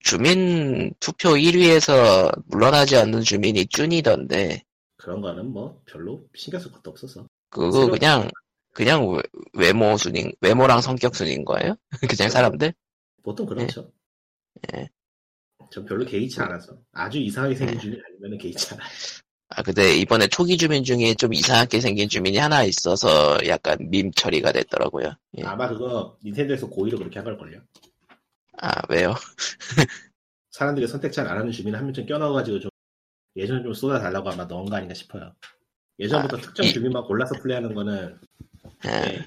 주민 투표 1위에서 물러나지 않는 주민이 쭌이던데 그런 거는 뭐 별로 신경 쓸 것도 없어서. 그거 그냥 그냥 외- 외모 순인 외모랑 성격 순인 거예요? 그냥 사람들? 보통 네. 그렇죠. 예. 전 별로 개의치 네. 않아서. 아주 이상하게 생긴 주민 아니면 개의치 않아요. 아 근데 이번에 초기 주민 중에 좀 이상하게 생긴 주민이 하나 있어서 약간 밈 처리가 됐더라고요. 예. 아마 그거 닌텐도에서 고의로 그렇게 한 걸걸요. 아 왜요? 사람들이 선택 잘 안 하는 주민을 한 명쯤 껴넣어가지고 좀 예전에 좀 쏟아달라고 아마 넣은 거 아닌가 싶어요. 예전부터 아, 특정 이- 주민만 골라서 플레이하는 거는 예. 네,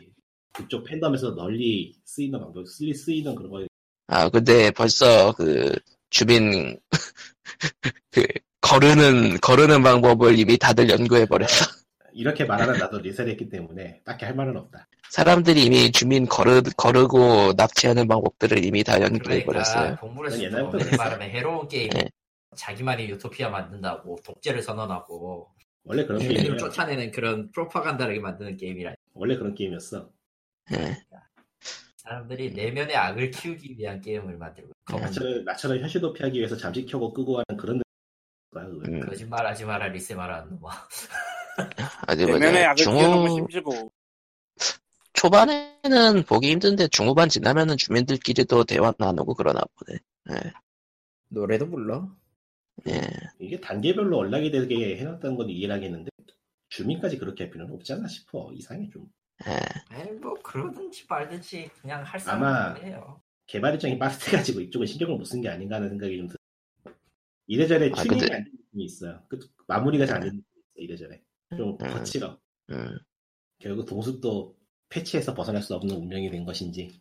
그쪽 팬덤에서 널리 쓰이는 방법, 쓰- 쓰이는 그런 거에 아, 근데 벌써 그 주민 그 거르는 거르는 방법을 이미 다들 연구해 버렸어. 이렇게 말하는 나도 리셋했기 때문에 딱히 할 말은 없다. 사람들이 이미 주민 거르 거르고 납치하는 방법들을 이미 다 연구해 버렸어요. 그러니까 동물의 그건 숲도 옛날부터 내 그랬어. 말하면 해로운 게임. 네. 자기만의 유토피아 만든다고 독재를 선언하고 원래 그런 네, 게임이야. 인민을 쫓아내는 그런 프로파간다를 만드는 게임이라. 원래 그런 게임이었어. 예. 사람들이 내면의 악을 키우기 위한 게임을 만들고 음. 나처럼 나처럼 현실도 피하기 위해서 잠시 켜고 끄고 하는 그런 거야. 그거. 그러니까. 음, 거짓말하지 마라 리세 마라 놈아. 네, 아주 내면에 그냥 약을 키우는 건 중후 힘들고 초반에는 보기 힘든데 중후반 지나면은 주민들끼리도 대화 나누고 그러나 보네. 노래도 불러. 예. 이게 단계별로 언락이 되게 해놨다는 건 이해를 하겠는데 주민까지 그렇게 할 필요는 없지 않나 싶어. 이상해 좀. 예. 에이 뭐 그러든지 말든지 그냥 할 아마- 사람이 해요. 개발 일정이 빡세가지고 이쪽은 신경을 못 쓴 게 아닌가 하는 생각이 좀 들. 이래저래 아, 튜닝이 근데- 안 되는 느낌이 있어요. 그, 마무리가 잘 안 되는 느낌이 있어 이래저래. 좀 음. 거칠어. 음. 결국 동숲도 패치에서 벗어날 수 없는 운명이 된 것인지.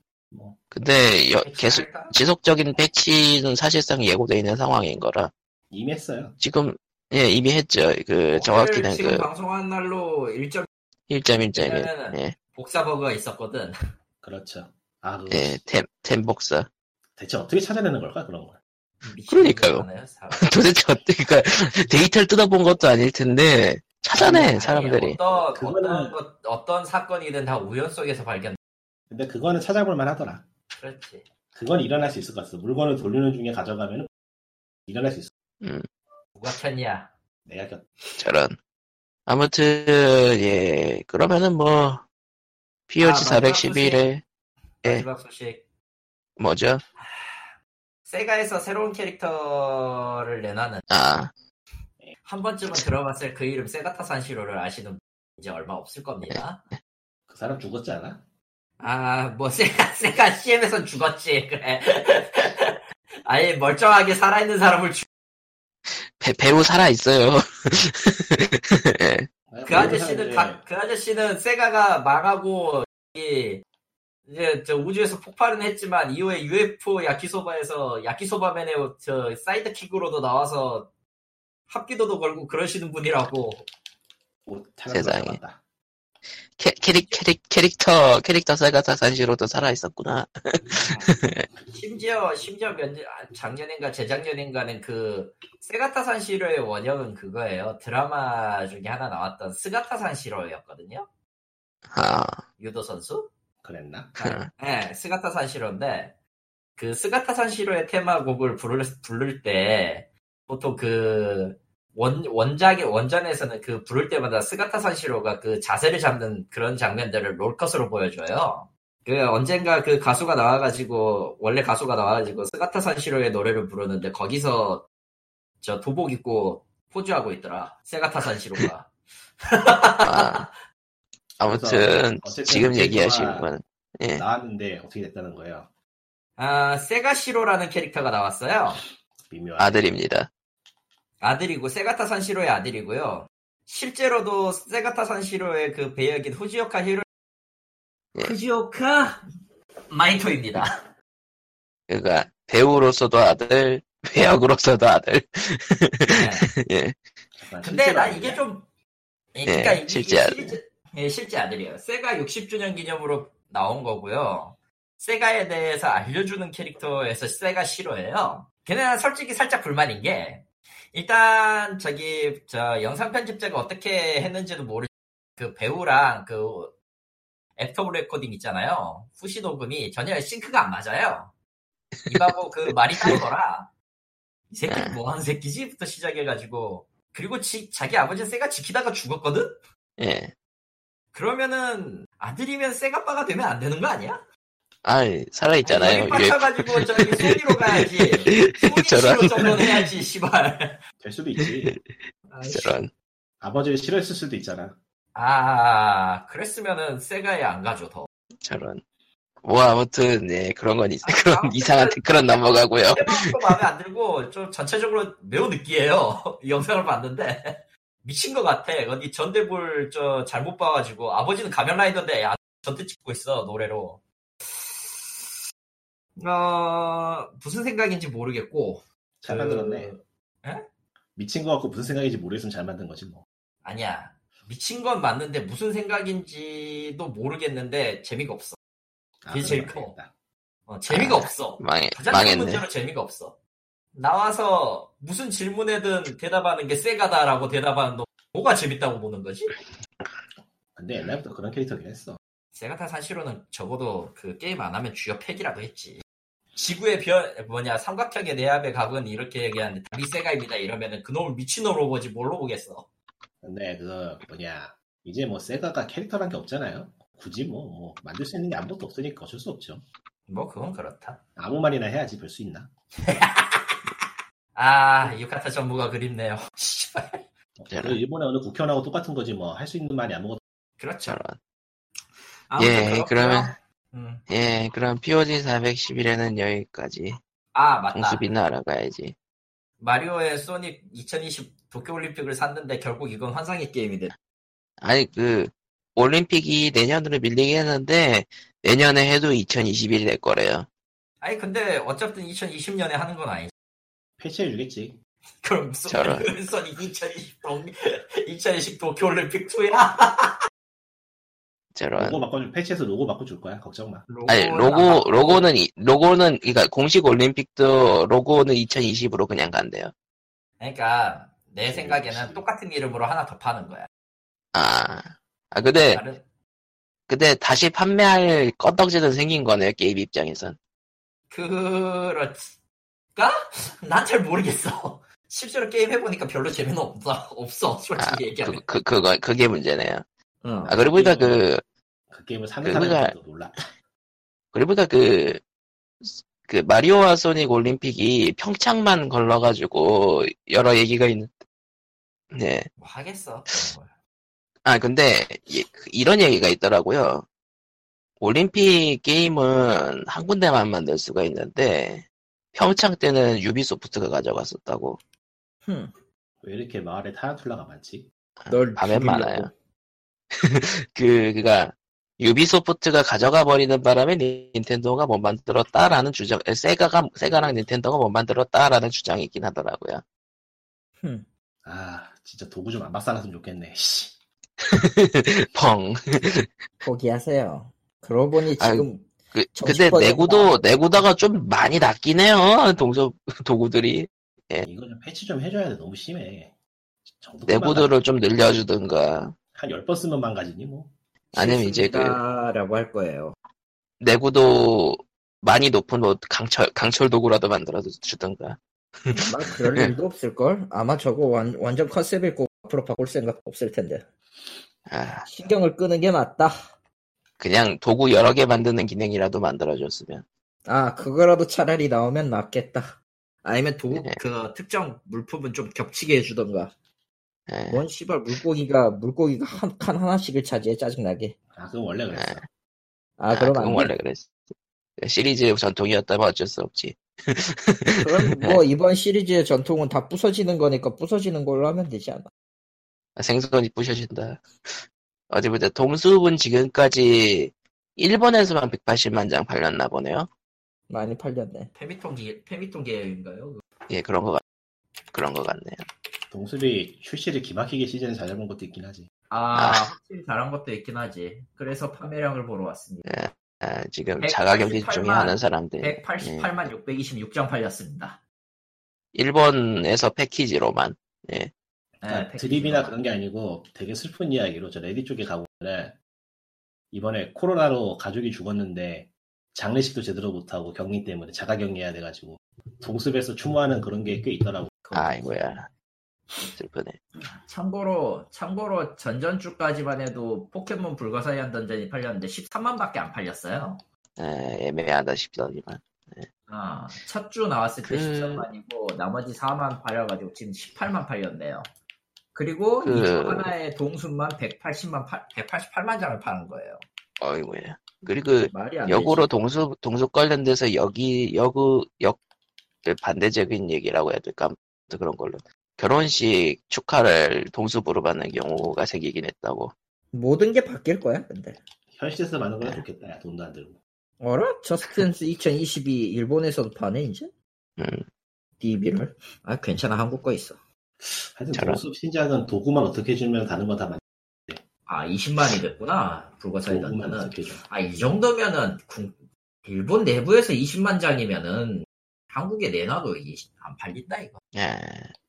근데 네, 여, 계속 할까? 지속적인 패치는 사실상 예고돼 있는 상황인 거라 이미 했어요. 지금 예 이미 했죠. 그 오늘 정확히는 어, 지금 그 방송한 날로 일정 1.1.1. 왜냐면은- 예. 복사 버그가 있었거든. 그렇죠. 아, 그거 예, 템, 템복사. 대체 어떻게 찾아내는 걸까 그런 걸. 미친놈들 그러니까요. 많아요, 사람. 도대체 어떻게, 그러니까 데이터를 뜯어본 것도 아닐 텐데, 찾아내, 아니, 사람들이. 어떤 그거는- 어떤, 것- 어떤 사건이든 다 우연 속에서 발견. 근데 그거는 찾아볼 만하더라. 그렇지. 그건 일어날 수 있을 것 같아. 물건을 돌리는 중에 가져가면 일어날 수 있어. 누가 켰냐? 내가 겪- 저런. 아무튼, 예, 그러면은 뭐, POG 아, 마지막 411에, 예. 마지막 소식. 뭐죠? 세가에서 새로운 캐릭터를 내놔는 아, 한 번쯤은 들어봤을 그 이름 세가타산시로를 아시는 분 이제 얼마 없을 겁니다. 그 사람 죽었지 않아? 아, 뭐, 세가, 세가 CM에선 죽었지, 그래. 아예 멀쩡하게 살아있는 사람을 죽, 배, 배우 살아있어요. 예. 아, 그 아저씨는, 이제 다- 그 아저씨는 세가가 망하고, 이, 이제 저 우주에서 폭발은 했지만, 이후에 UFO 야키소바에서 야키소바맨의 저 사이드킥으로도 나와서 합기도도 걸고 그러시는 분이라고. 옷 하나 세상에. 남았다. 캐, 캐릭, 캐릭, 캐릭터, 캐릭터 세가타 산시로도 살아있었구나. 심지어 심지어 몇 년, 아, 작년인가 재작년인가는 그 세가타산 시로의 원형은 그거예요. 드라마 중에 하나 나왔던 스가타산 시로였거든요. 아, 유도 선수. 그랬나? 그, 네, 스가타산 시로인데 그 스가타산 시로의 테마곡을 부를 부를 때 보통 그 원, 원작의, 원전에서는 그 부를 때마다 스가타산 시로가 그 자세를 잡는 그런 장면들을 롤컷으로 보여줘요. 그 언젠가 그 가수가 나와가지고, 원래 가수가 나와가지고 스가타산 시로의 노래를 부르는데 거기서 저 도복 입고 포즈하고 있더라. 세가타산 시로가. 아. 아무튼, 그래서 어쨌든 지금 어쨌든 얘기하시는 아마 건, 네. 나왔는데 어떻게 됐다는 거예요? 아, 세가 시로라는 캐릭터가 나왔어요. 미묘한. 아들입니다. 아들이고 세가타 산시로의 아들이고요. 실제로도 세가타 산시로의 그 배역인 후지오카 히로 예. 후지오카 마이토입니다. 그러니까, 배우로서도 아들, 배역으로서도 아들. 네. 예. 약간 근데 실제로 나 아니냐? 이게 좀 예, 그러니까 예, 이게 실제 아들. 실제, 예, 실제 아들이에요. 세가 60주년 기념으로 나온 거고요. 세가에 대해서 알려주는 캐릭터에서 세가 싫어해요. 걔는 솔직히 살짝 불만인 게 일단 저기 저 영상 편집자가 어떻게 했는지도 모르. 그 배우랑 그 애프터 레코딩 있잖아요. 후시 녹음이 전혀 싱크가 안 맞아요. 입하고 그 말이 다르더라. 이 새끼 뭐하는 새끼지?부터 시작해가지고 그리고 지- 자기 아버지 세가 지키다가 죽었거든. 예. 그러면은 아들이면 세가빠가 되면 안 되는 거 아니야? 아 살아있잖아요. 여기 빡쳐가지고 저기 소니로 가야지. 예. 저런, 소니로 정도 해야지 씨발. 될 수도 있지. 아, 저런. 아버지를 싫어했을 수도 있잖아. 아, 그랬으면은 세가에 안 가죠, 더. 저런. 뭐 아무튼 네 그런 건 있, 아, 그런 아무튼 이상한 그런 넘어가고요. 세가도 마음에 안 들고, 좀 전체적으로 매우 느끼해요. 이 영상을 봤는데. 미친 것 같아. 어디 전대볼 저 잘못 봐가지고, 아버지는 가면라이더인데 야, 전대 찍고 있어, 노래로. 어, 무슨 생각인지 모르겠고, 잘 그- 만들었네. 에? 미친 거 같고 무슨 생각인지 모르겠으면 잘 만든 거지 뭐. 아니야. 미친 건 맞는데 무슨 생각인지도 모르겠는데 재미가 없어. 아, 그게 그런 제일 거 커. 아니겠다. 어, 재미가 아, 없어. 망해 가장 큰 망했네. 문제로 재미가 없어. 나와서 무슨 질문에든 대답하는 게 세가다라고 대답하는 너 뭐가 재밌다고 보는 거지? 근데 옛날부터 그런 캐릭터긴 했어. 세가타 산시로는 적어도 그 게임 안 하면 주요 팩이라도 했지. 지구의 변 뭐냐 삼각형의 내압의 각은 이렇게 얘기하는데 답이 세가입니다 이러면은 그놈을 미친놈으로 보지 뭘로 보겠어. 근데 그 뭐냐 이제 뭐 세가가 캐릭터란 게 없잖아요. 굳이 뭐, 뭐 만들 수 있는 게 아무것도 없으니까 어쩔 수 없죠. 뭐 그건 그렇다. 아무 말이나 해야지 별 수 있나? 아 유카타 전부가 그립네요. 씨발. 네. 그 일본의 어느 국회의원하고 똑같은 거지 뭐 할 수 있는 말이 아무것도 그렇죠. 저런. 아무튼 예, 그렇고요. 그러면- 음. 예 그럼 POG 411에는 여기까지. 아 맞다. 정수빈나 알아가야지. 마리오의 소닉 2020 도쿄올림픽을 샀는데 결국 이건 환상의 게임이 됐. 아니 그 올림픽이 내년으로 밀리긴 했는데 내년에 해도 2021이 될 거래요. 아니 근데 어쨌든 2020년에 하는 건 아니지. 패치해 주겠지. 그럼 소- 저런. 그럼 소닉 2020 동, 2020 도쿄올림픽 2야. 저런. 로고 바꿔줄 패치해서 로고 바꿔줄 거야. 걱정 마. 아니 로고 로고는 이- 로고는 그러니까 공식 올림픽도 로고는 2020으로 그냥 간대요. 그러니까 내 생각에는 똑같은 이름으로 하나 더 파는 거야. 아, 아 근데 다른 근데 다시 판매할 껐덕지도 생긴 거네요 게임 입장에선. 그렇지. 난 잘 모르겠어. 실제로 게임 해보니까 별로 재미는 없다. 없어. 솔직히 아, 얘기하면. 그, 그 그거 그게 문제네요. 응. 아 그리고 보니까 그 그 게임을 사는 그거가- 사람들도 놀라. 그리고 보니까 그. 그 마리오와 소닉 올림픽이 평창만 걸러가지고 여러 얘기가 있는 네. 뭐 하겠어. 그런 걸. 아, 근데 이- 이런 얘기가 있더라고요. 올림픽 게임은 한 군데만 만들 수가 있는데 평창 때는 유비소프트가 가져갔었다고. 흠, 왜 이렇게 마을에 타란툴라가 많지? 널 밤엔 죽이려고. 많아요. 그 그가 유비소프트가 가져가 버리는 바람에 닌텐도가 못 만들었다라는 주장, 에, 세가가 세가랑 닌텐도가 못 만들었다라는 주장이 있긴 하더라고요. 흠. 아 진짜 도구 좀 안 박살났으면 좋겠네. 씨. 펑. 포기하세요. 그러고 보니 아유, 지금 그, 근데 정식권이구나. 내구도 내구도가 좀 많이 낮긴 해요. 동서 도구들이 이거 좀 패치 좀 해줘야 돼. 너무 심해. 정도 내구도를 좀 늘려주든가. 한열 번 쓰면 망가지니 뭐. 아니면 이제 그- 실수다라고 할 거예요. 내구도 많이 높은 옷 강철 강철 도구라도 만들어서 주던가. 막 그럴 예. 일도 없을 걸. 아마 저거 완, 완전 컨셉 있고 앞으로 바꿀 생각 없을 텐데. 아, 신경을 끄는 게 맞다. 그냥 도구 여러 개 만드는 기능이라도 만들어줬으면. 아 그거라도 차라리 나오면 낫겠다. 아니면 도, 네. 그 특정 물품은 좀 겹치게 해주던가. 예. 뭔 씨발 물고기가 물고기가 한 칸 하나씩을 차지해 짜증나게. 아 그건 원래 그랬어. 네. 아, 그럼 그건 안 원래 돼. 그랬어. 시리즈 전통이었다면 어쩔 수 없지. 그럼 네. 뭐 이번 시리즈의 전통은 다 부서지는 거니까 부서지는 걸로 하면 되지 않아? 생선이 부셔진다. 어디 보자. 동숲은 지금까지 일본에서만 180만 장 팔렸나 보네요. 많이 팔렸네. 페미통 기 페미통 계획인가요? 그거? 예, 그런 거 같, 그런 거 같네요. 동수비 출시를 기막히게 시즌에 잘잡은 것도 있긴 하지. 아, 아. 확실히 잘한 것도 있긴 하지. 그래서 판매량을 보러 왔습니다. 아, 지금 188만 자가격리 중에 하는 사람들. 188만 626장 팔렸습니다. 일본에서 패키지로만. 아, 네, 패키지로. 그러니까 드립이나 그런 게 아니고 되게 슬픈 이야기로 저 레디 쪽에 가보면은 이번에 코로나로 가족이 죽었는데 장례식도 제대로 못하고 격리 때문에 자가격리해야 돼가지고 동숲에서 추모하는 그런 게 꽤 있더라고. 아이고야. 슬프네. 참고로 참고로 전전주까지만 해도 포켓몬 불가사의한 던전이 팔렸는데 13만밖에 안 팔렸어요. 에, 아, 애매하다 싶더니만. 아, 첫 주 나왔을 때 그- 13만이고 나머지 4만 팔려가지고 지금 18만 팔렸네요. 그리고 그- 이주 하나에 동순만 180만 188만 장을 파는 거예요. 어이구야. 그리고 말이 안 역으로 되지. 동수 동수 관련돼서 여기 여그 역 반대적인 얘기라고 해야 될까 아무튼 그런 걸로 결혼식 축하를 동수부로 받는 경우가 생기긴 했다고. 모든 게 바뀔 거야, 근데. 현실에서 많은 건 좋겠다. 야, 돈도 안 들고. 어라? 저스틴스 2022 일본에서도 파네 이제? 음. DB를? 아 괜찮아 한국 거 있어. 하여튼 저런. 동숲 신작은 도구만 어떻게 해주면 다른 건 다 맞. 아 20만이 됐구나 불가사의 도구만 던전은. 어떻게 해줘. 아 이 정도면은 국- 일본 내부에서 20만 장이면은 한국에 내놔도 이- 안 팔린다 이거. 예.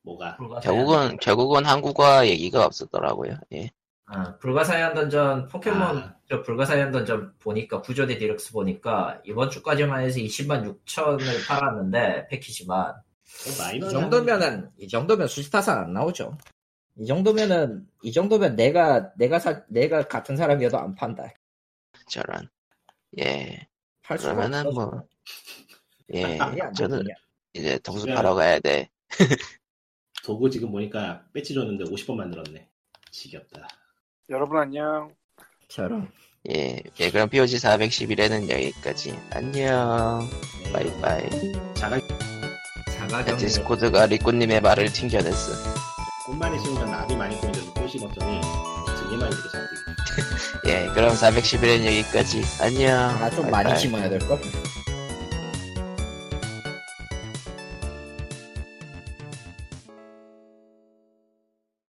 뭐가 불가사의 결국은 결국은 한국어 얘기가 없었더라고요. 예. 아, 불가사의한 던전 포켓몬 아. 저 불가사의한 던전 보니까 구조대 디럭스 보니까 이번 주까지만 해서 20만 6천을 팔았는데 패키지만 이 마이너 정도면은 이 정도면 수지타산 안 나오죠. 이 정도면은 이 정도면 내가 내가 사 내가 같은 사람이어도 안 판다. 저런. 예. 팔 수가 그러면은 없어. 뭐 예. 이게 안 저는 되냐. 이제 동수 파러 가야 돼. 도구 지금 보니까 배지 줬는데 50번 만들었네. 지겹다. 여러분 안녕. 저런 예. 예. 그럼 POG 411에는 여기까지. 안녕. 네. 바이바이. 아, 자가 자가격리 디스코드가 리꾸님의 말을 튕겨냈어. 꽃만이 심으면 나비 많이 꾸는데도 꽃이 벗더니 등에만 이렇게 잡고 있 예, 그럼 411은 여기까지. 안녕. 아 좀 바이바이. 많이 심어야 될 거.